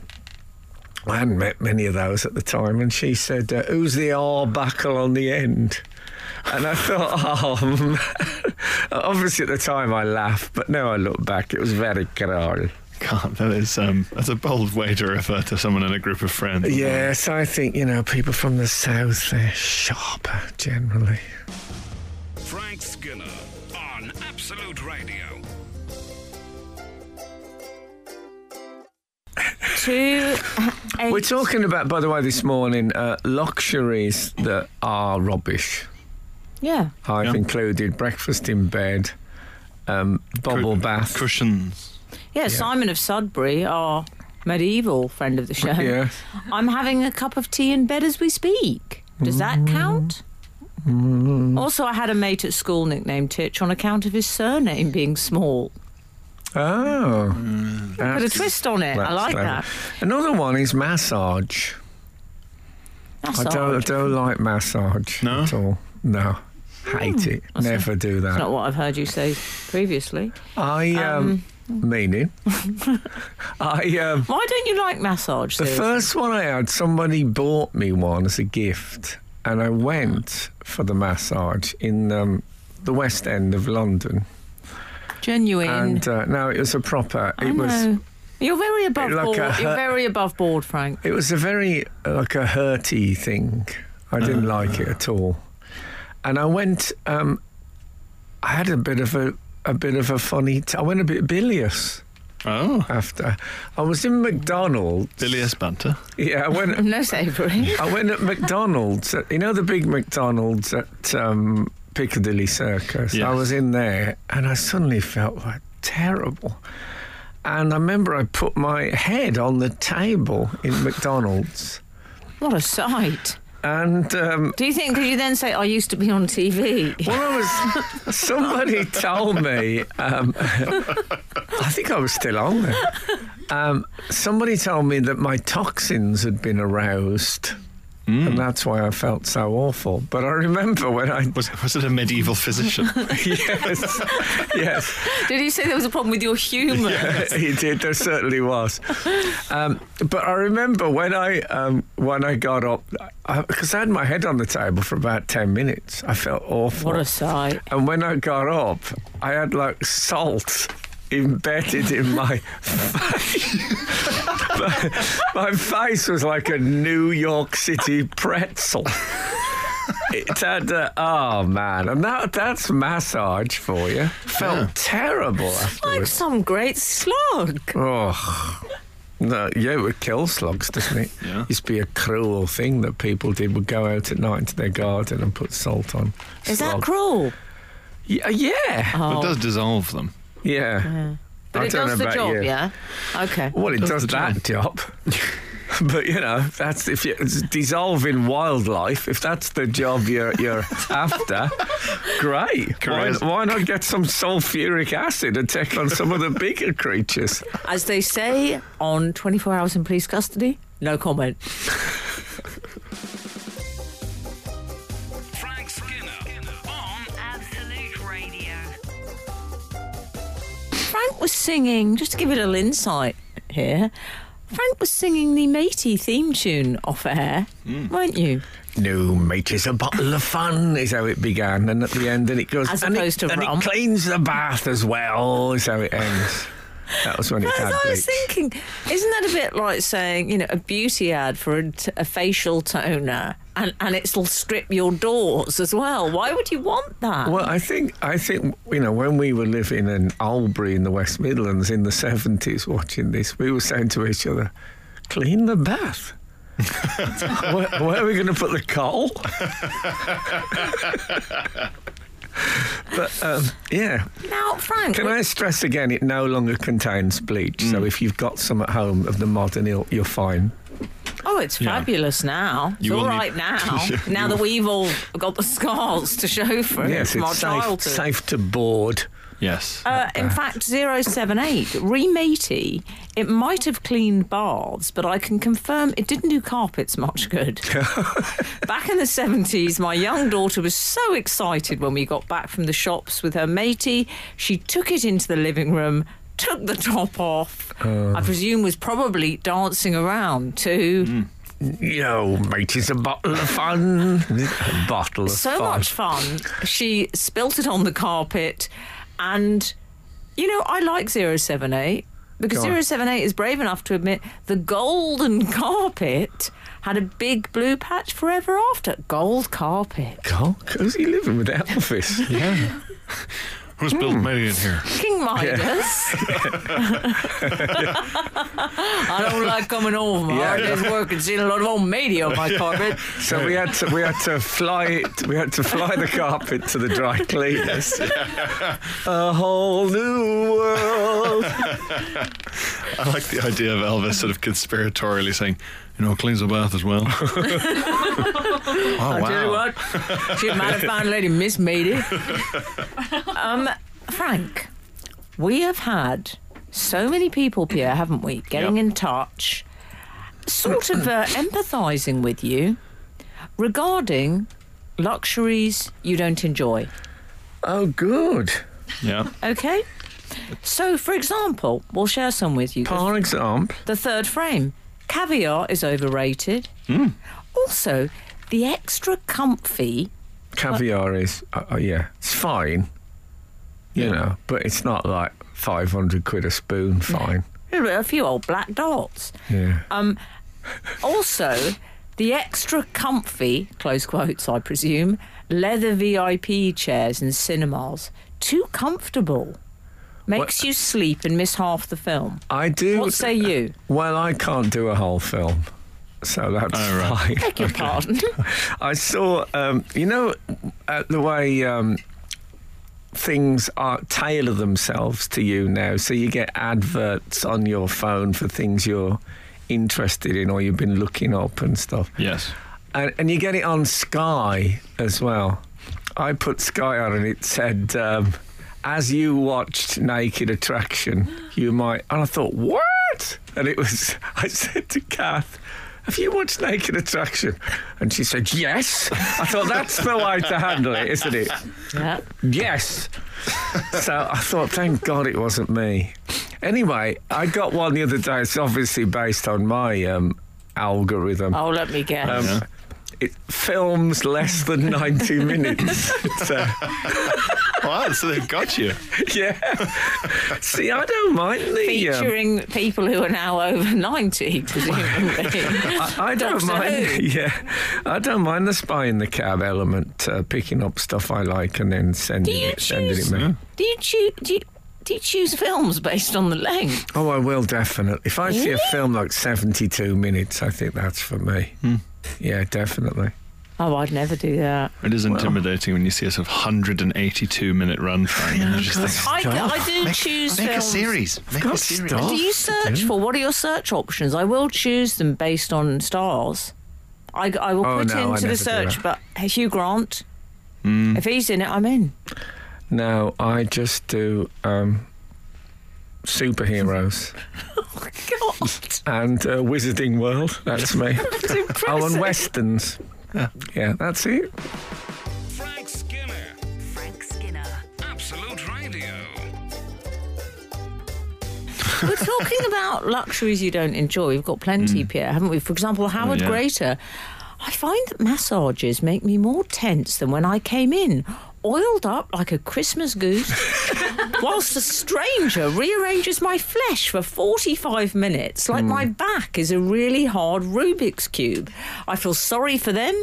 I hadn't met many of those at the time, and she said, uh, "Who's the R buckle on the end?" And I thought, "Oh, man." obviously at the time I laughed, but now I look back, it was very cruel."
God, that is um, that's a bold way to refer to someone in a group of friends.
Yes, I think you know people from the south they're sharper generally.
Frank Skinner on Absolute Radio.
Two. eight-
We're talking about, by the way, this morning uh, luxuries that are rubbish.
Yeah.
I've
Yeah.
included breakfast in bed, um, bubble bath,
cushions.
Yeah, Simon of Sudbury, our medieval friend of the show.
Yeah.
I'm having a cup of tea in bed as we speak. Does
Mm.
that count? Also, I had a mate at school nicknamed Titch on account of his surname being small.
Oh.
Put a
That's-
twist on it. I
that's
like
clever.
that.
Another one is massage.
That's
I don't, I
odd.
don't like massage
No?
at all. No. Hate it.
Hmm. That's
Never do
It's
that.
not what I've heard you say previously.
I um, meaning. I um,
Why don't you like massage?
the
seriously?
first one I had, somebody bought me one as a gift, and I went for the massage in um, the West End of London.
genuine.
And uh, no, it was a proper.
I
it was.
know. You're very above
Like a
board.
hurt-
You're very above board, Frank.
It was a very uh, like a hurty thing. I didn't
Uh-huh.
like it at all, and I went. Um, I had a bit of a a bit of a funny. T- I went a bit bilious
Oh,
after. I was in McDonald's.
bilious banter.
Yeah, I went.
No savoury.
I went at McDonald's. At, you know the big McDonald's at um, Piccadilly Circus.
Yes.
I was in there, and I suddenly felt like terrible. And I remember I put my head on the table in McDonald's,
What a sight.
and um,
Do you think, could you then say, I used to be on TV?
Well, I was. Somebody told me. Um, I think I was still on there. Um, somebody told me that my toxins had been aroused,
Hmm.
and that's why I felt so awful. But I remember when I
Was, was it a medieval physician?
yes, yes,
Did you say there was a problem with your humour?
he did. There certainly was. Um, but I remember when I um, when I got up because I, had my head on the table for about ten minutes. I felt awful.
What a sight.
And when I got up, I had like salt embedded in my face. my, my face was like a New York City pretzel. It had, uh, oh man, and that, that's massage for you. Felt terrible
Like
afterwards.
some great slug.
Oh. No, yeah, it would kill slugs, doesn't it?
Yeah.
Used to be a cruel thing that people did would go out at night into their garden and put salt on.
Is that
slug.
cruel?
Yeah. yeah.
It
Oh.
does dissolve them.
Yeah.
but
I
it
don't
does
know
the
about
job,
you.
yeah? Okay.
Well, it
Does
does,
the
that job. but you know, that's if you're dissolving wildlife. If that's the job you're you're after, great. Why,
Correct.
why not get some sulfuric acid and take on some of the bigger creatures?
As they say on 24 Hours in Police Custody, no comment.
Frank Skinner on
Absolute Radio.
Frank was singing, just to give it a little insight here, Frank was singing the Matey theme tune off air, weren't you?
No, mate, it's a bottle of fun, is how it began, and at the end, and it goes.
As
and it-
opposed to
and
rum.
it cleans the bath as well, is how it ends. That was when it had
As I was
bleach.
thinking, isn't that a bit like saying, you know, a beauty ad for a, t- a facial toner and, and it'll strip your doors as well? Why would you want that?
Well, I think I think you know when we were living in Albury in the West Midlands in the seventies, watching this, we were saying to each other, "Clean the bath." where, where are we going to put the coal? but um, yeah,
now, Frank,
can I stress again? It no longer contains bleach, so
Mm.
if you've got some at home of the modern ilk, you're fine.
oh, it's
Yeah.
fabulous now. It's
You will
all
need-
right now.
Yeah,
now
you
that we've all got the scars to show for it
yes,
from
it's
our
safe,
childhood.
safe to board.
Yes.
Uh, in fact, 078, rematey, it might have cleaned baths, but I can confirm it didn't do carpets much good. back in the 70s, my young daughter was so excited when we got back from the shops with her matey. She took it into the living room, took the top off, I presume was probably dancing around too.
Yo, mate, it's a bottle of fun. a bottle of
so
fun.
much fun. She spilt it on the carpet, and you know I like 078 because
Go on.
078 is brave enough to admit the golden carpet had a big blue patch forever after. Gold carpet.
Cock? Who's he living with Elvis?
yeah. Who's
hmm.
built many in here?
King Midas. I don't like coming over. My
Yeah.
hard day's work and seeing a lot of old media on my carpet.
So we had to we had to fly it. We had to fly the carpet to the dry cleaners. A whole new world.
I like the idea of Elvis sort of conspiratorially saying, you know, cleans the bath as well. oh,
I'll
wow.
tell you what, she might have found Lady Miss Meaty. um, Frank, we have had so many people, Pierre, haven't we, getting
Yep.
in touch, sort of uh, empathising with you regarding luxuries you don't enjoy.
Oh, good.
Yeah.
Okay? So, for example, we'll share some with you.
For example,
The third frame caviar is overrated. Also, the extra comfy
caviar is uh, uh, yeah, it's fine. You know, but it's not like five hundred quid a spoon. Fine.
a few old black dots.
Yeah.
Um, also, the extra comfy, close quotes, I presume, leather VIP chairs in cinemas. Too comfortable. Makes you sleep and miss half the film.
I do. uh,
What say you?
Well, I can't do a whole film, so that's
Oh, right.
fine.
Beg your pardon.
I saw, um, you know, uh, the way um, things are tailor themselves to you now. So you get adverts on your phone for things you're interested in or you've been looking up and stuff.
Yes.
And, and you get it on Sky as well. I put Sky on and it said, um, as you watched Naked Attraction, you might. And I thought, what? And it was, I said to Kath, have you watched Naked Attraction? And she said, yes. I thought, that's the way to handle it, isn't it?
yeah.
Yes. so I thought, thank God it wasn't me. Anyway, I got one the other day. It's obviously based on my um, algorithm.
Oh, let me guess.
Um, It films less than 90 minutes. So,
Wow, so they've got you.
yeah. See, I don't mind the. um,
Featuring people who are now over 90, presumably.
I don't
Doctor
mind.
Who.
Yeah, I don't mind the spy in the cab element, uh, picking up stuff I like and then sending
Do you
it, sending it
choose-
me.
Do you choose? Do you, do you choose films based on the length?
Oh, I will definitely. If I see a film like 72 minutes, I think that's for me. Yeah, definitely.
Oh, I'd never do that.
It is intimidating when you see a sort of 182 minute run time. and you just think,
I, I do choose
make a
films.
series. Make
got
a series.
stuff.
Do you search for what are your search options? I will choose them based on stars. I, I will
Oh,
put
no, I
into
never do
the search,
that. Hmm.
but Hugh Grant, if he's in it, I'm in.
No, I just do um, superheroes
Oh God,
and uh, Wizarding World. That's me.
that's impressive.
Oh, and westerns. Yeah, that's it.
Frank Skinner.
Frank Skinner.
Absolute Radio.
We're talking about luxuries you don't enjoy. We've got plenty, Pierre, haven't we? For example, Howard
yeah.
Greater. I find that massages make me more tense than when I came in, oiled up like a Christmas goose, whilst a stranger rearranges my flesh for 45 minutes, like my back is a really hard Rubik's Cube. I feel sorry for them.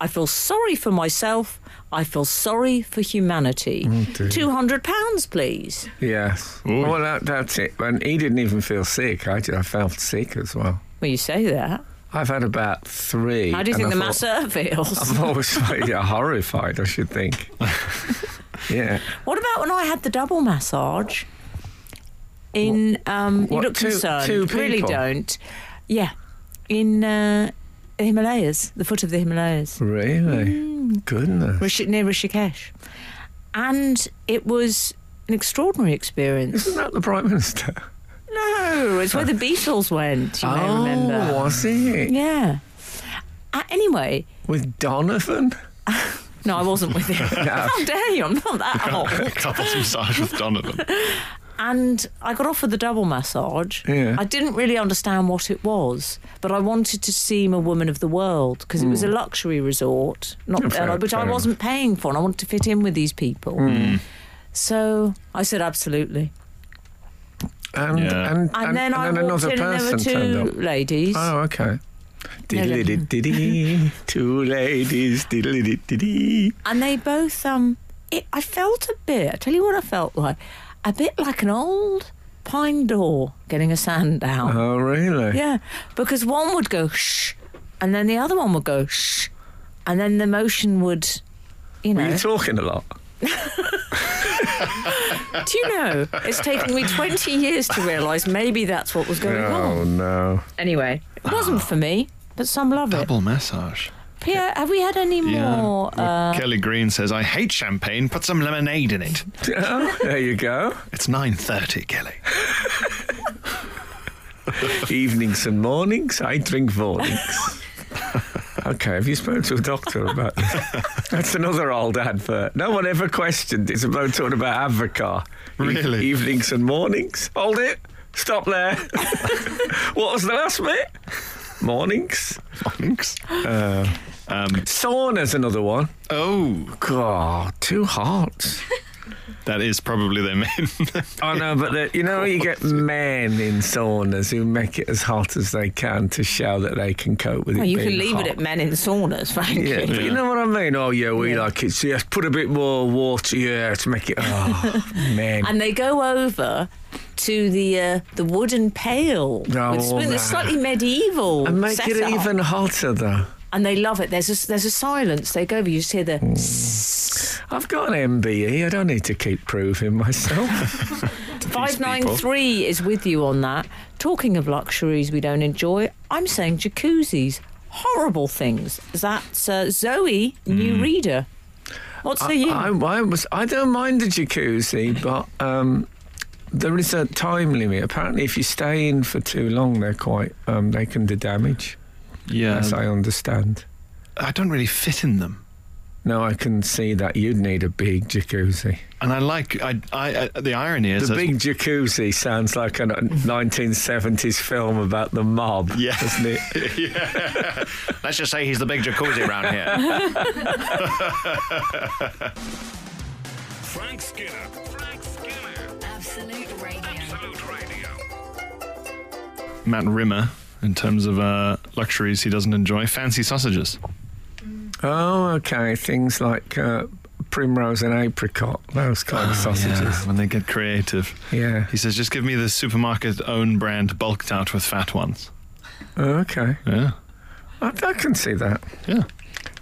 I feel sorry for myself. I feel sorry for humanity. £200, please.
Yes.
Ooh.
Well, that, that's it. And he didn't even feel sick. I, ju- I felt sick as well.
Well, you say that.
I've had about three.
How do you
and
think the
I thought-
masseur feels?
I'm always like, yeah, horrified, I should think. yeah.
What about when I had the double massage? In um, you
what,
look
two-
concerned.
two
really
people?
don't. Yeah, in uh, the Himalayas, the foot of the Himalayas,
Really?
Mm.
Goodness.
Rishi- near Rishikesh, and it was an extraordinary experience.
Isn't that the Prime Minister?
No, it's where the Beatles went. You may
oh,
remember.
was it?
Yeah. Uh, anyway,
With Donovan?
no, I wasn't with him. How dare you? I'm not that old.
Couples massage with Donovan.
and I got offered the double massage.
Yeah.
I didn't really understand what it was, but I wanted to seem a woman of the world because it was a luxury resort, not
Hmm. Yeah, fair-
uh, which I
fair Hmm.
wasn't paying for, and I wanted to fit in with these people. So I said absolutely,
And,
Yeah.
and,
and, then I walked
another
in, and there
person
were
turned
two
up.
ladies.
Oh, okay.
No, no.
Diddly did diddy, two ladies, diddly did diddy.
and they both um it, I felt a bit. I tell you what, I felt like a bit like an old pine door getting a sand down.
Oh, really?
Yeah, because one would go shh, and then the other one would go shh, and then the motion would, you
Were
know.
you talking a lot?
Do you know? It's taken me 20 years to realise maybe that's what was going
Oh,
on.
no.
Anyway, it wasn't for me, but some love it.
Double massage.
Pierre, have we had any more?
Well,
Uh,
Kelly Green says, "I hate champagne. Put some lemonade in it."
Oh, there you go.
It's nine thirty, Kelly.
Evenings and mornings, I drink mornings. Okay, have you spoken to a doctor about this? That's another old advert. No one ever questioned it's about talking about Avocar.
Really?
evenings and mornings. Hold it. Stop there. what was the last bit? Mornings.
Thanks.
Sauna's another one.
Oh,
God, too hot.
that is probably their main.
I know, Oh, but the, you know, you get men in saunas who make it as hot as they can to show that they can cope with
well,
it.
you can
being
leave
hot.
it at men in saunas, frankly.
Yeah, but you know what I mean? Oh, yeah, we like it. So, yes, put a bit more water, yeah, to make it. Oh, man.
and they go over to the uh, the wooden pail
No,
with spoon.
no.
It's slightly medieval.
Oh, And make it
setup.
even hotter, though.
And they love it. There's a, there's a silence. They go over. You just hear the.
Hmm.
s-
I've got an MBE. I don't need to keep proving myself.
593 is with you on that. Talking of luxuries we don't enjoy, I'm saying jacuzzis. Horrible things. That's uh, Zoe, new reader. What's the you?
Hmm. I, I was, I don't mind the jacuzzi, but um, there is a time limit. Apparently, if you stay in for too long, they're quite. Um, they can do damage,
yeah,
Um,
as I understand.
Uh, I don't really fit in them.
No, I can see that you'd need a big jacuzzi.
And I like I, I, I the irony is
The
that-
Big Jacuzzi sounds like a 1970s film about the mob,
Yeah.
doesn't it?
Let's just say he's the big jacuzzi around here.
Frank Skinner. Frank Skinner.
Absolute Radio.
Absolute Radio.
Matt Rimmer, in terms of uh, luxuries he doesn't enjoy, fancy sausages.
Oh, okay. Things like uh, primrose and apricot, those kind
Oh,
of sausages.
when they get creative.
Yeah.
He says, just give me the supermarket own brand bulked out with fat ones.
Oh, okay.
Yeah.
I, I can see that.
Yeah.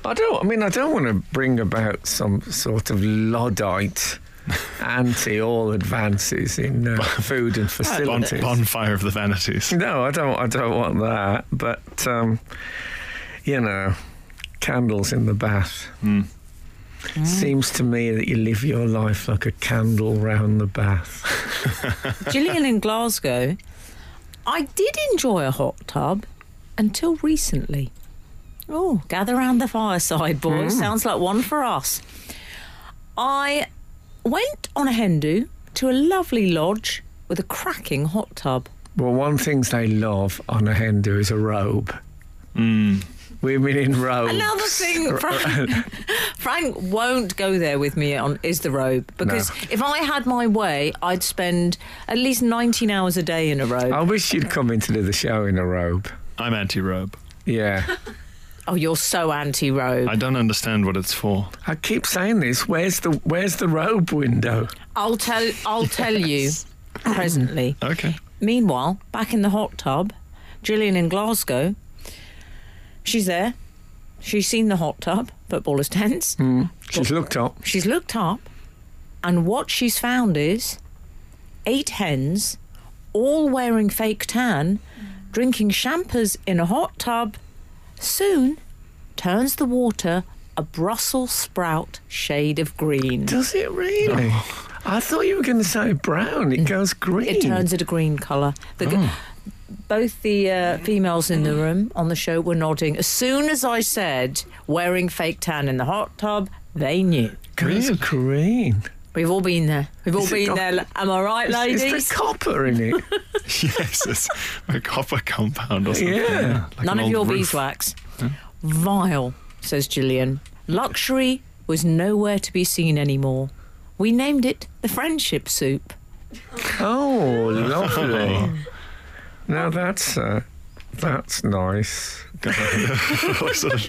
I don't. I mean, I don't want to bring about some sort of luddite anti all advances in uh, food and
Bon-
facilities.
bonfire of the vanities.
No, I don't. I don't want that. But um, you know, candles in the bath.
Hmm.
Seems to me that you live your life like a candle round the bath.
Gillian in Glasgow. I did enjoy a hot tub until recently. Oh, gather round the fireside, boys. Sounds like one for us. I went on a hen do to a lovely lodge with a cracking hot tub.
Well, one thing they love on a hen do is a robe. Women in robes.
Another thing, Frank, Frank won't go there with me on is the robe because
No.
if I had my way, I'd spend at least 19 hours a day in a robe.
I wish you'd come in to do the show in a robe.
I'm anti robe.
Yeah.
Oh, you're so anti robe.
I don't understand what it's for.
I keep saying this. Where's the Where's the robe window?
I'll tell. I'll tell you presently.
Okay.
Meanwhile, back in the hot tub, Gillian in Glasgow. She's there. She's seen the hot tub. Football is tense.
She's looked up.
She's looked up, and what she's found is eight hens, all wearing fake tan, drinking champers in a hot tub. Soon, turns the water a Brussels sprout shade of green.
Does it really? I thought you were going to say brown. It Oh. goes green.
It turns it a green colour. The g- Both the uh, females in the
Mm.
room on the show were nodding. As soon as I said wearing fake tan in the hot tub, they knew.
goes green.
We've all been there. We've all
Is it
been
not-
there. li- Am I right,
Is
ladies?
there copper in it?
yes, it's a copper compound or something.
Yeah.
like
None
an
of
old
your
roof.
beeswax. Vile, says Gillian. Luxury was nowhere to be seen anymore. We named it the friendship soup.
oh, lovely. now that's uh, that's nice.
sort of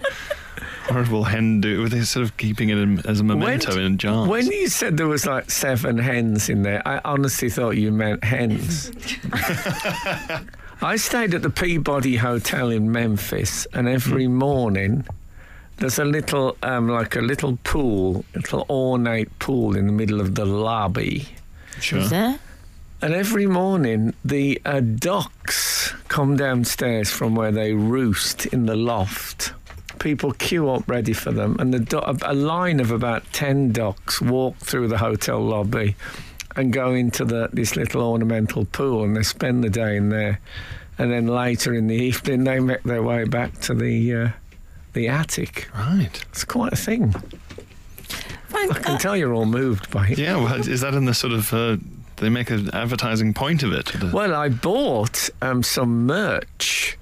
horrible hen do? They're sort of keeping it in, as a memento in jars.
when you said there was like seven hens in there, I honestly thought you meant hens. I stayed at the Peabody Hotel in Memphis, and every morning there's a little, um, like a little pool, little ornate pool in the middle of the lobby.
sure.
Is there?
And every morning, the uh, ducks come downstairs from where they roost in the loft. People queue up ready for them, and the du- a- a line of about 10 ducks walk through the hotel lobby and go into the, this little ornamental pool, and they spend the day in there. And then later in the evening, they make their way back to the, uh, the attic.
Right.
It's quite a thing.
Frank,
I can
uh,
tell you're all moved by it.
Yeah. Well, is that in the sort of? Uh, they make an advertising point of it.
Well, I bought um, some merch,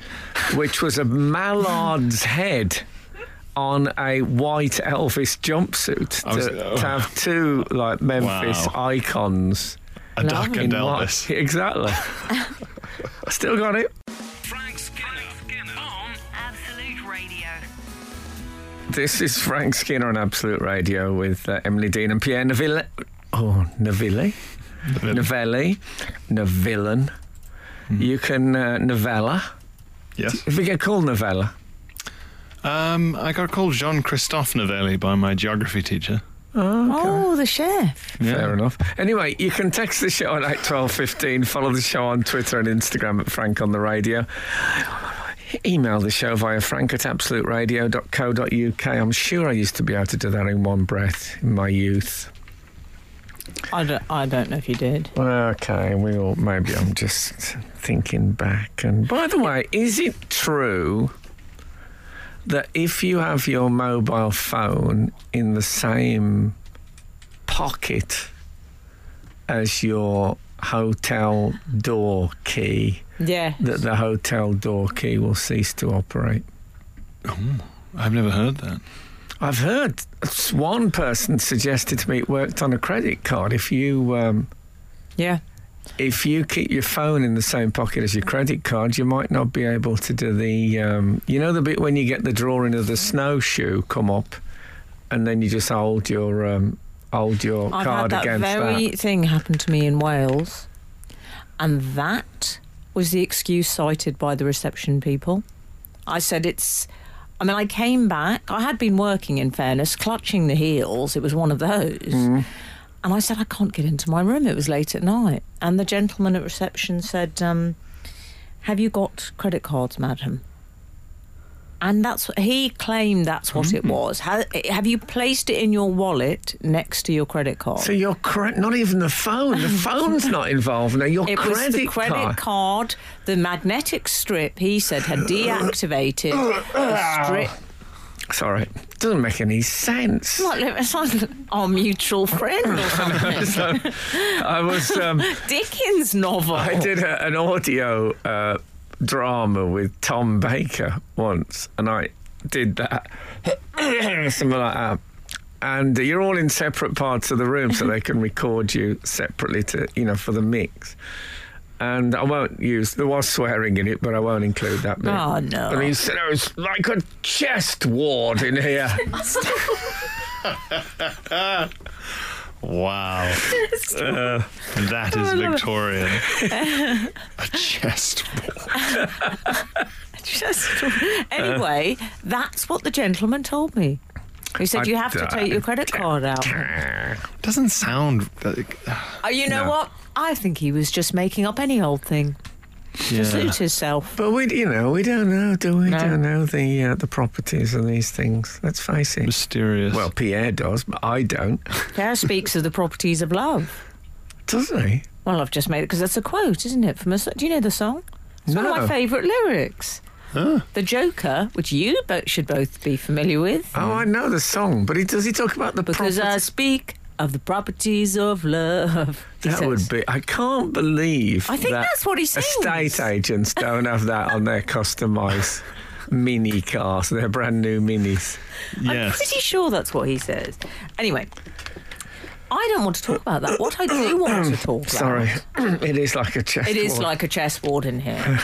which was a mallard's head on a white Elvis jumpsuit
I was-
to,
oh.
to have two like Memphis
Wow.
icons
a duck and
in one.
Elvis.
Exactly. Still got it.
Frank Skinner, on
Absolute Radio.
This is Frank Skinner on Absolute Radio with uh, Emily Dean and Pierre Neville. Oh, Neville. Novelli, Nevillan. You can uh, novella.
Yes.
If we get called novella,
Um, I got called Jean Christophe Novelli by my geography teacher.
Oh, the chef.
Fair enough. Anyway, you can text the show at 81215, follow the show on Twitter and Instagram at Frank on the Radio. Email the show via frank at absoluteradio.co.uk. I'm sure I used to be able to do that in one breath in my youth.
I don't, I don't know if you did.
Okay, we all, maybe I'm just thinking back. And by the way, is it true that if you have your mobile phone in the same pocket as your hotel door key,
Yeah.
that the hotel door key will cease to operate?
I've never heard that.
I've heard s- one person suggested to me it worked on a credit card. If you um,
Yeah.
if you keep your phone in the same pocket as your credit card, you might not be able to do the, um, you know, the bit when you get the drawing of the snowshoe come up, and then you just hold your um, hold your
I've had
card
that
against
very
that.
thing happen to me in Wales, and that was the excuse cited by the reception people. I said it's. I mean, I came back. I had been working, in fairness, clutching the heels. It was one of those.
Mm.
And I said, I can't get into my room. It was late at night. And the gentleman at reception said, um, Have you got credit cards, madam? And that's what he claimed that's what
Mm.
it was. Ha- eh, have you placed it in your wallet next to your credit card?
So your credit, not even the phone. The phone's not involved now. Your
It
credit,
was the credit card. the magnetic strip he said had deactivated the strip.
Ah. Sorry, doesn't make any sense.
Like, it's like our mutual friend or something.
So I was. Um,
Dickens novel.
I did a, an audio uh, drama with Tom Baker once, and I did that, something like that. And you're all in separate parts of the room, so they can record you separately to, you know, for the mix. And I won't use. There was swearing in it, but I won't include that bit.
Oh, no.
And he said it was like a chest ward in here.
Wow. Uh, that
Oh,
is Victorian. a chest wall.
Just anyway, that's what the gentleman told me. He said
I
you have to
don't
take your credit card out.
Doesn't sound. Like,
Oh, you know
No.
what? I think he was just making up any old thing to suit himself.
but we, you know, we don't know, do we?
No.
Don't know the uh, the properties of these things. Let's face it.
mysterious.
Well, Pierre does, but I don't.
There speaks of the properties of love.
Doesn't he?
Well, I've just made it because that's a quote, isn't it? From a so- do you know the song? It's one of
No.
my favourite lyrics. The Joker, which you both should both be familiar with,
Oh, I know the song, but he does he talk about the
because uh, I
property?
speak of the properties of love. he
that
says.
would be. I can't believe.
I think
that
that's what he sings.
Estate agents don't have that on their customised mini cars, their brand new minis.
I'm
yes.
pretty sure that's what he says. Anyway, I don't want to talk about that. What I do want to talk about.
Sorry, it is like a chest.
It is
wall.
like a chessboard in here.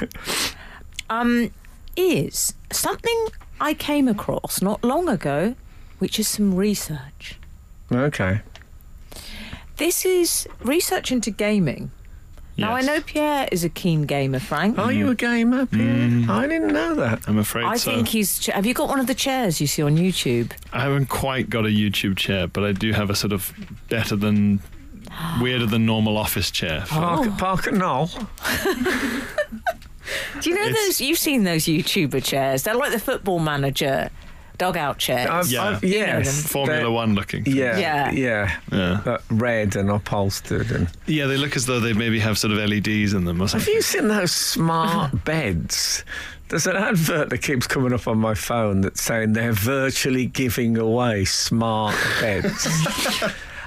um, is something I came across not long ago, which is some research.
Okay.
This is research into gaming. Now, I
Yes.
know Pierre is a keen gamer, Frank.
Are
Mm.
you a gamer, Pierre? I didn't know that.
I'm afraid
I
so.
think he's. Ch- have you got one of the chairs you see on YouTube?
I haven't quite got a YouTube chair, but I do have a sort of better than weirder than normal office chair.
Park,
Oh.
Park at Knoll.
Do you know
It's-
those? You've seen those YouTuber chairs. They're like the football manager dugout chairs.
I've-
Yeah.
I've-
You know
yes.
Formula
they're-
One looking. thing.
Yeah,
Yeah.
yeah,
Yeah.
Uh, red and upholstered. And
Yeah, they look as though they maybe have sort of LEDs in them or
have
something.
you seen those smart beds? There's an advert that keeps coming up on my phone that's saying they're virtually giving away smart beds.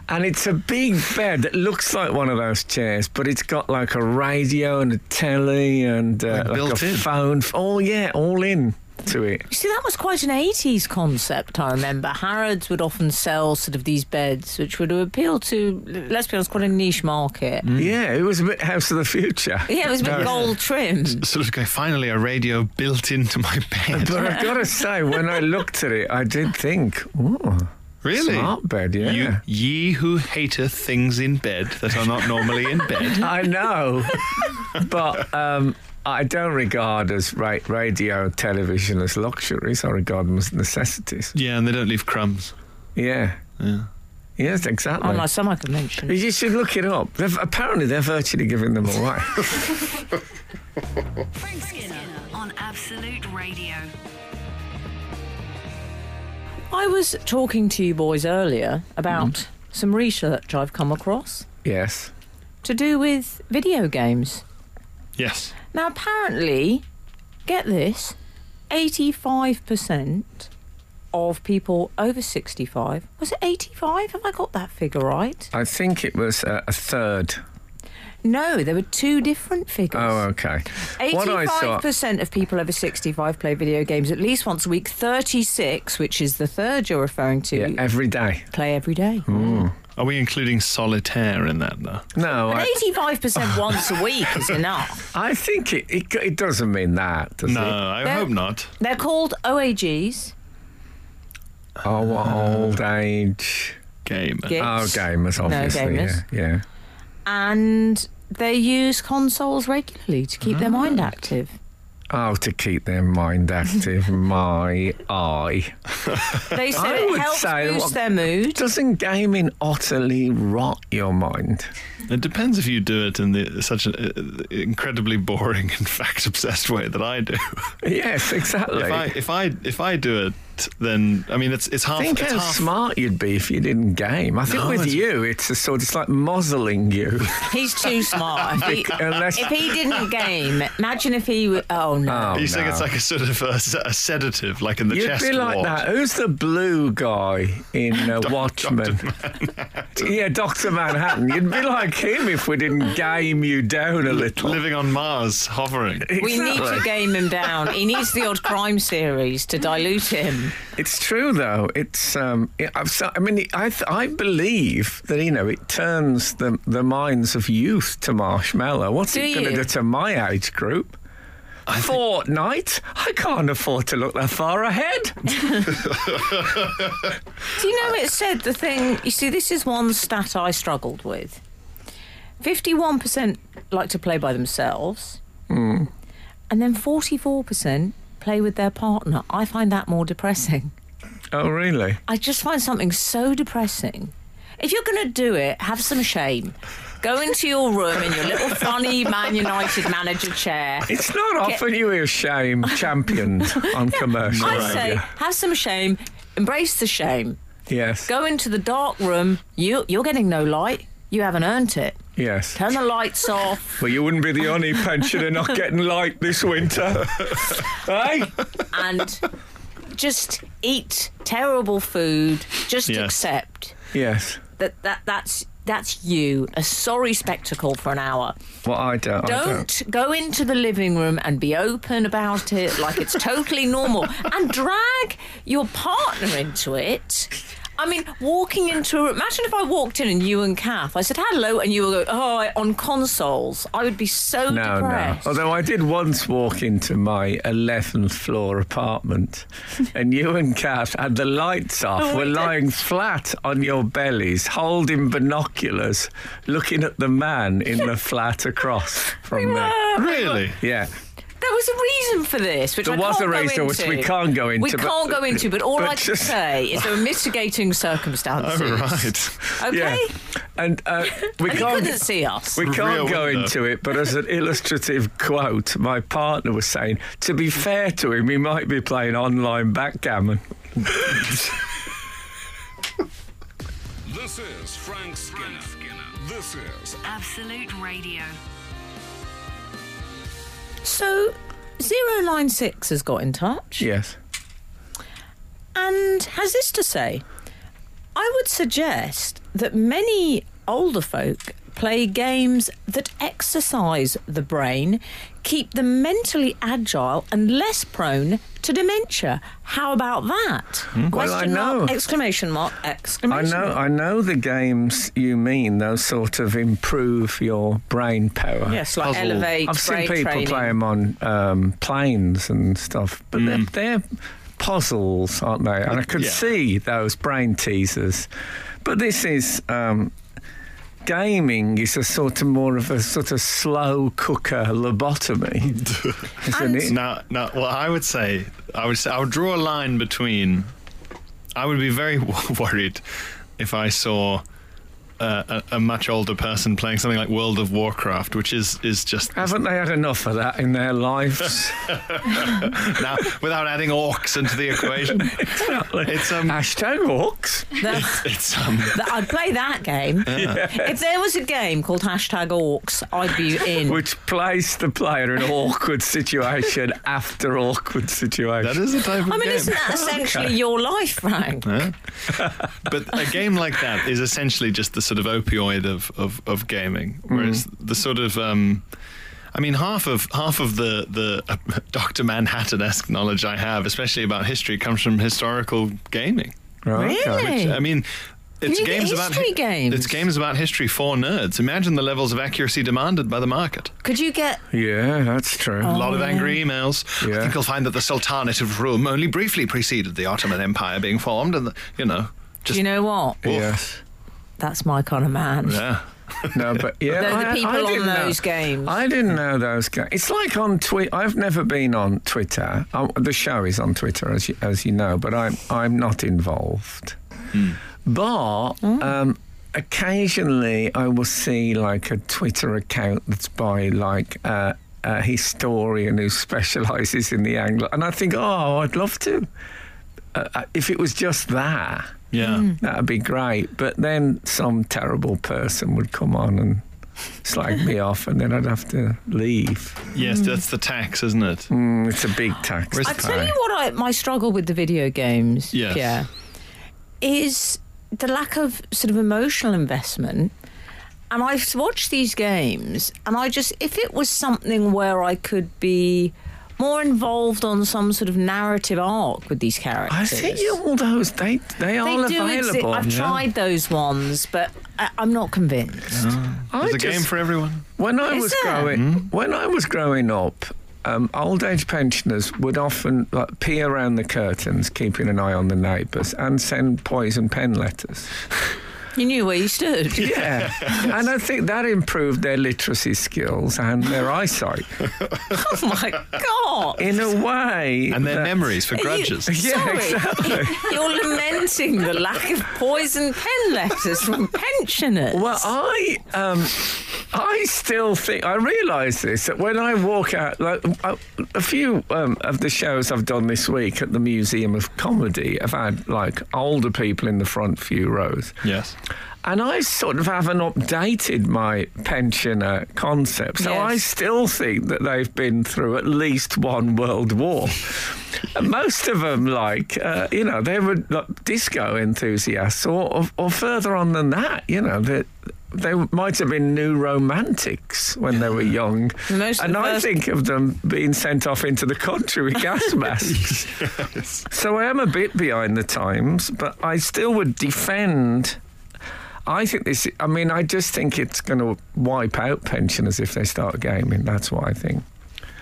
And it's a big bed that looks like one of those chairs, but it's got like a radio and a telly and uh,
Like
like
built
a
in.
phone. Oh yeah, all in to it.
You see, that was quite an 80s concept, I remember. Harrods would often sell sort of these beds, which would appeal to, let's be honest, quite a niche market.
Hmm.
Yeah, it was a bit House of the Future.
Yeah, it was a bit
No.
gold trimmed.
Sort of go, finally a radio built into my bed.
But I've got to say, when I looked at it, I did think, ooh,
really?
smart bed, yeah.
You, ye who hateth things in bed that are not normally in bed.
I know, but um, I don't regard as ra- radio and television as luxuries. I regard them as necessities.
Yeah, and they don't leave crumbs.
Yeah.
Yeah.
Yes, exactly.
Unlike some I could mention.
You should look it up. They've, apparently, they're virtually giving them away.
Frank Skinner on Absolute Radio.
I was talking to you boys earlier about some research I've come across
yes.
to do with video games.
Yes.
Now, apparently, get this 85% of people over 65, was it 85? Have I got that figure right?
I think it was uh, a third.
No, there were two different figures.
Oh, okay. What I saw.
Eighty-five percent of people over sixty-five play video games at least once a week. Thirty-six, which is the third you're referring to,
Yeah, Hmm. every day.
play every day.
Are we including solitaire in that though?
No, I,
But eighty-five percent once a week is enough.
I think it, it, it doesn't mean that, does
No,
it?
I
They're-
hope not.
They're called OAGs.
Oh, what old age.
Game.
Yeah.
Oh, gamers, obviously.
gamers.
Yeah, yeah.
and they use consoles regularly to keep their mind
Ah.
active.
Oh, to keep their mind active, my eye.
They said
I
it
would
helps
say
boost
what-
their mood.
Doesn't gaming utterly rot your mind?
It depends if you do it in the, such an uh, incredibly boring and fact obsessed way that I do.
Yes, exactly.
If I if I if I do it, then I mean it's it's half.
Think
it's
how
half-
smart you'd be if you didn't game. I think
No,
with
it's-
you, it's a sort. It's like muzzling you.
He's too smart. If he,
Unless-
if he didn't game, imagine if he. w- Oh no.
Oh,
Are you saying
no.
it's like a sort of a, s- a sedative, like in the
You'd
chest
be like
ward?
that. Who's the blue guy in uh, Watchmen? yeah, Doctor Manhattan. You'd be like him if we didn't game you down a little.
Living on Mars, hovering.
We need to
Exactly.
game him down. He needs the odd crime series to dilute him.
It's true, though. It's um, it, I've, so- I mean, I th- I believe that you know it turns the the minds of youth to marshmallow. What's
Do
it going to
you?
do to my age group? Fortnite? I can't afford to look that far ahead.
Do you know it said the thing? You see, this is one stat I struggled with. 51% like to play by themselves,
Hmm.
and then 44% play with their partner. I find that more depressing.
oh, really?
I just find something so depressing. If you're going to do it, have some shame. Go into your room in your little funny Man United manager chair.
It's not often you hear shame championed on commercial
I
radio.
say, have some shame, embrace the shame.
yes,
Go into the dark room. You, you're getting no light. You haven't earned it.
yes.
Turn the lights off,
Well, you wouldn't be the only pensioner not getting light this winter, eh?
and just eat terrible food. Just
Yes.
accept
Yes.
that, that that's that's you. A sorry spectacle for an hour.
What I don't. I
Don't go into the living room and be open about it like it's totally normal and drag your partner into it. I mean, walking into a imagine if I walked in and you and Kath, I said hello, and you were going, oh, I- on consoles. I would be so
No, no.
depressed.
Although I did once walk into my 11th floor apartment, and you and Kath had the lights off,
Oh, we
were
did.
lying flat on your bellies, holding binoculars, looking at the man in the flat across from me.
Really?
Yeah,
There was a reason for this, which
There
I
was
can't
a
go
reason which
into.
we can't go
We
into, but-
can't go into, but all
but
I can
just-
say is there are mitigating circumstances.
Oh, right.
Okay.
yeah. And uh, we
And he
can't.
couldn't see us.
We can't
Real
go
window.
into it, but as an illustrative quote, my partner was saying, to be fair to him, he might be playing online backgammon.
This is Frank Skinner. This is
Absolute Radio.
So, Zero Line Six has got in touch.
Yes.
and has this to say I would suggest that many older folk play games that exercise the brain, keep them mentally agile and less prone to dementia. How about that?
Hmm? Well, I
Question mark,
know.
exclamation mark,
I
exclamation
know,
mark.
I know the games you mean. Those sort of improve your brain power.
Yes, like
Puzzle.
elevate,
I've seen
brain
people play
training.
'em play them on um, planes and stuff, but they're, they're puzzles, aren't they? And I could
Yeah.
see those brain teasers. But this is um, gaming is a sort of more of a sort of slow cooker lobotomy, isn't
And-
it?
Now, now, well, I would say, I would say, I would draw a line between. I would be very worried if I saw uh, a, a much older person playing something like World of Warcraft, which is is just
Haven't they had enough of that in their lives?
now without adding orcs into the equation. It's um,
Hashtag orcs.
The-
it's um,
the- I'd play that game. If there was a game called hashtag orcs, I'd be in.
Which placed the player in an awkward situation after awkward situation.
that is a type of
I mean,
game.
isn't that essentially your life, Frank?
but a game like that is essentially just the sort of opioid of of, of gaming, whereas
Mm.
the sort of um, I mean, half of half of the the uh, Doctor Manhattan esque knowledge I have, especially about history, comes from historical gaming.
Right, okay.
Really?
I mean. It's
You get
games about
history games?
It's games about history for nerds. Imagine the levels of accuracy demanded by the market.
Could you get
Yeah, that's true.
A lot of angry emails. I
Oh, Yeah.
think you'll find that the Sultanate of Rome only briefly preceded the Ottoman Empire being formed, and the, you know,
Do
just
you know what?
Yes.
That's my kind of man.
yeah.
No, but yeah,
They're the
I- I
people on
didn't know-
those games.
I didn't know those games. It's like on Twitter. I've never been on Twitter. I, the show is on Twitter, as you, as you know, but I'm I'm not involved. But
Hmm.
um, occasionally, I will see like a Twitter account that's by like. Uh, a historian who specialises in the Anglo, and I think, oh, I'd love to. Uh, uh, if it was just that,
Yeah.
That'd be great. But then some terrible person would come on and slag me off, and then I'd have to leave.
Yes, that's the tax, isn't it?
Mm, it's a big tax.
Where's-
to
I tell
pay.
you what, I, my struggle with the video games,
Yes.
Pierre, is the lack of sort of emotional investment. And I've watched these games, and I just, if it was something where I could be more involved on some sort of narrative arc with these characters.
I think you all those they they
They
are
do exi-
available.
I've
yeah.
tried those ones, but I, I'm not convinced.
I
There's a
just-
game for everyone.
When I
Is
was
there?
growing, when I was growing up, um, old age pensioners would often like, peer around the curtains, keeping an eye on the neighbours, and send poison pen letters.
You knew where you stood.
Yeah, and I think that improved their literacy skills and their eyesight
Oh my god!
in a way.
And their
that-
memories for grudges.
You-
Yeah,
sorry, you're lamenting the lack of poison pen letters from pensioners.
Well, I um, I still think I realise this that when I walk out, like I, a few um, of the shows I've done this week at the Museum of Comedy, have had like older people in the front few rows,
Yes.
and I sort of haven't updated my pensioner concept, so
Yes.
I still think that they've been through at least one world war. And Most of them, like uh, you know, they were like, disco enthusiasts, or, or or further on than that. You know, that they might have been new romantics when they were young.
Most of
and
the
I
first-
think of them being sent off into the country with gas masks. So I am a bit behind the times, but I still would defend. I think this. I mean, I just think it's going to wipe out pensioners if they start gaming. That's what I think.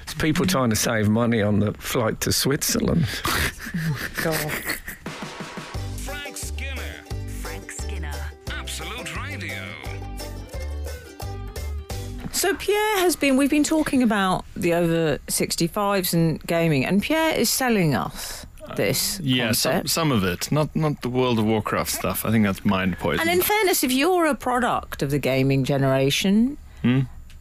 It's people
Mm-hmm.
trying to save money on the flight to Switzerland.
Frank Skinner.
Frank Skinner.
Absolute Radio.
So Pierre has been. We've been talking about the over sixty fives and gaming, and Pierre is selling us this
Yeah, some,
concept.
some of it. Not not the World of Warcraft stuff. I think that's mind poison.
and in fairness, if you're a product of the gaming generation.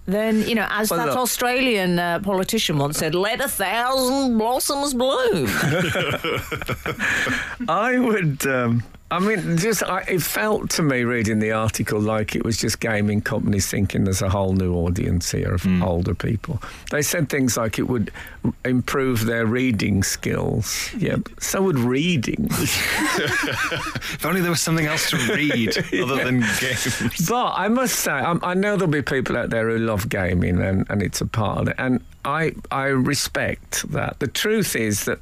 Then you know, as
Well,
that
look-
Australian uh, politician once said, "Let a thousand blossoms bloom."
I would. Um, I mean, just I, it felt to me reading the article like it was just gaming companies thinking there's a whole new audience here of older people. They said things like it would r- improve their reading skills. Yeah, so would reading.
if only there was something else to read other than games.
But I must say, i I know there'll be people out there who love gaming, and, and it's a part of it. And I I respect that. The truth is that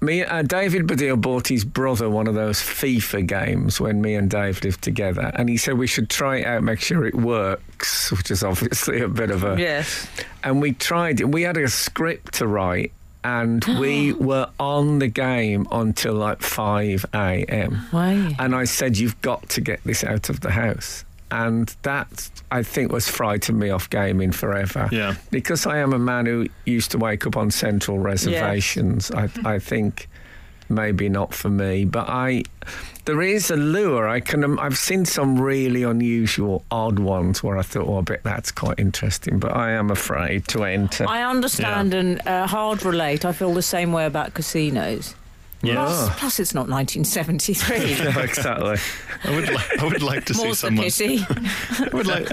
me uh, David Badil bought his brother one of those FIFA games when me and Dave lived together, and he said we should try it out, make sure it works, which is obviously a bit of a
yes.
and we tried it. We had a script to write, and we were on the game until like 5 a.m.
Wow.
And I said, You've got to get this out of the house. And that, I think, was frightened me off gaming forever.
Yeah.
Because I am a man who used to wake up on central reservations, I, I think maybe not for me, but I. There is a lure. I can. Um, I've seen some really unusual, odd ones where I thought, "Oh, I bet that's quite interesting." But I am afraid to enter.
I understand
Yeah.
and uh, hard relate. I feel the same way about casinos.
Ah.
Plus, plus it's not 1973.
Yeah, exactly.
I would li- I would like to see
More's the
someone.
pity.
I would like.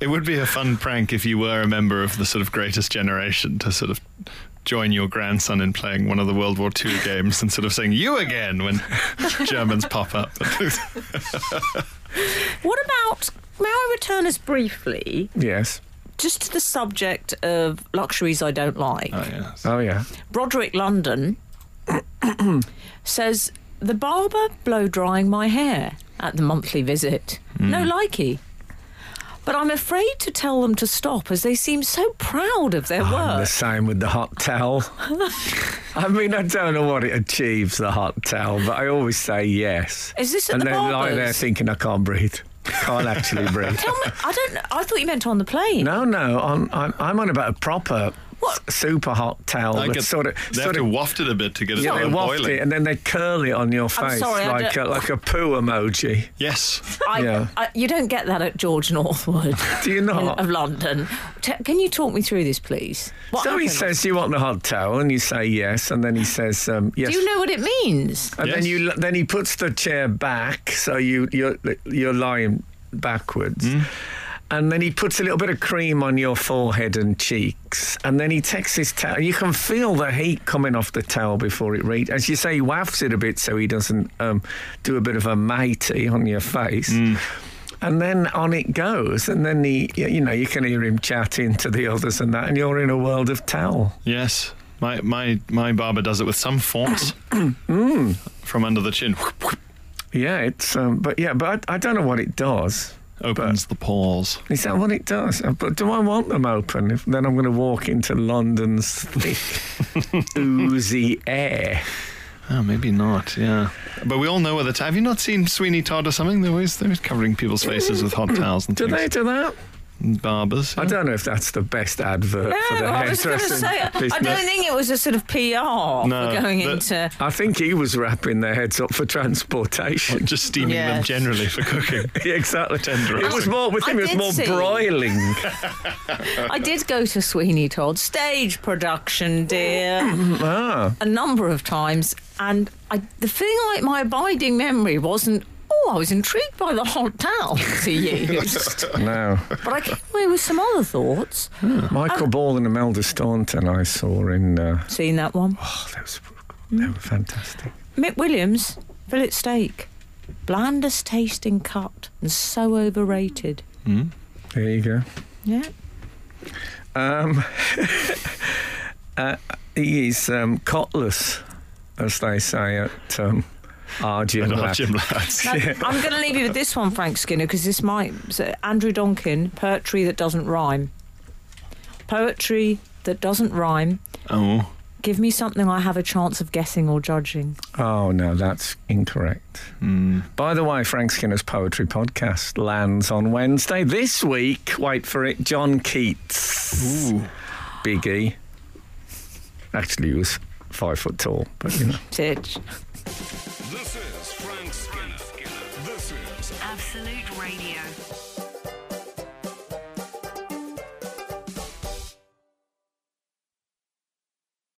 It would be a fun prank if you were a member of the sort of greatest generation to sort of join your grandson in playing one of the World War II games and sort of saying "you again" when Germans pop up.
Oh,
What about? May I return us briefly
Yes.
just to the subject of luxuries I don't like?
oh yes.
Oh yeah.
Broderick London says the barber blow drying my hair at the monthly visit. No
Hmm.
likey. But I'm afraid to tell them to stop as they seem so proud of
Oh,
their
I'm the
work.
same with the hot towel. I mean, I don't know what it achieves, the hot towel, but I always say yes.
Is this at
and
the
then lie there
barbers?
thinking I can't breathe. Can't actually breathe.
Tell me, I don't. know- I thought you meant on the plane.
No, no, on, I'm, I'm on about a proper
What?
s- super hot towel
I
that's
could-
sort of
they
sort
have to
of.
waft it a bit to get it
Yeah,
all
they waft
boiling.
it and then they curl it on your face
sorry, I
like a,
don't-
like a poo emoji.
Yes.
I,
Yeah.
I, you don't get that at George Northwood.
Do you not?
Of London. T- can you talk me through this, please? What
so he
happened?
says, "Do you want the hot towel?" And you say yes, and then he says, um, "Yes."
Do you know what it means?
and then
Yes.
you then he puts the chair back, so you you're you're lying backwards. And then he puts a little bit of cream on your forehead and cheeks. And then he takes his towel. You can feel the heat coming off the towel before it reads. As you say, he wafts it a bit so he doesn't um, do a bit of a matey on your face. And then on it goes. And then he, you know, you can hear him chatting to the others and that. And you're in a world of towel.
Yes. My my my barber does it with some force
Mm.
from under the chin.
Yeah, it's, um, but yeah, but I, I don't know what it does.
Opens the pores.
Is that what it does? Uh, But do I want them open? If then I'm going to walk into London's thick, oozy air.
Oh, maybe not. Yeah, but we all know what the time. Have you not seen Sweeney Todd or something? They're always, they're always covering people's faces with hot towels and
Do
things.
they do that?
And Barbers.
I don't know if that's the best advert for
No,
the
I was going to
hairdressing
say,
business.
I don't think it was a sort of PR
No,
for going
the-
into.
I think he was wrapping their heads up for transportation.
Just steaming them
Yes.
generally for cooking.
Yeah, exactly.
Tenderising.
It was more with
I
him. It was
did
more
see-
broiling.
I did go to Sweeney Todd stage production, dear,
ah,
a number of times, and I, the thing like my abiding memory wasn't. Oh, I was intrigued by the hot towel he used,
no.
but I came away with some other thoughts.
Michael Ball and Imelda Staunton I saw in. Uh,
Seen that one?
oh, they were, they were fantastic.
Mick Williams, fillet steak. Blandest tasting cut and so overrated.
There you go.
Yeah.
Um, uh, he is um, cotless, as they say at um, our gym.
Not
lab.
Jim Lads.
Now, I'm going to leave you with this one, Frank Skinner, because this might. So Andrew Donkin, poetry that doesn't rhyme. Poetry that doesn't rhyme.
Oh,
Give me something I have a chance of guessing or judging.
Oh no, that's incorrect. By the way, Frank Skinner's poetry podcast lands on Wednesday this week. Wait for it, John Keats.
Ooh.
Biggie. Actually, he was five foot tall, but you know.
Titch.
This is Frank Skinner. This is
Absolute Radio.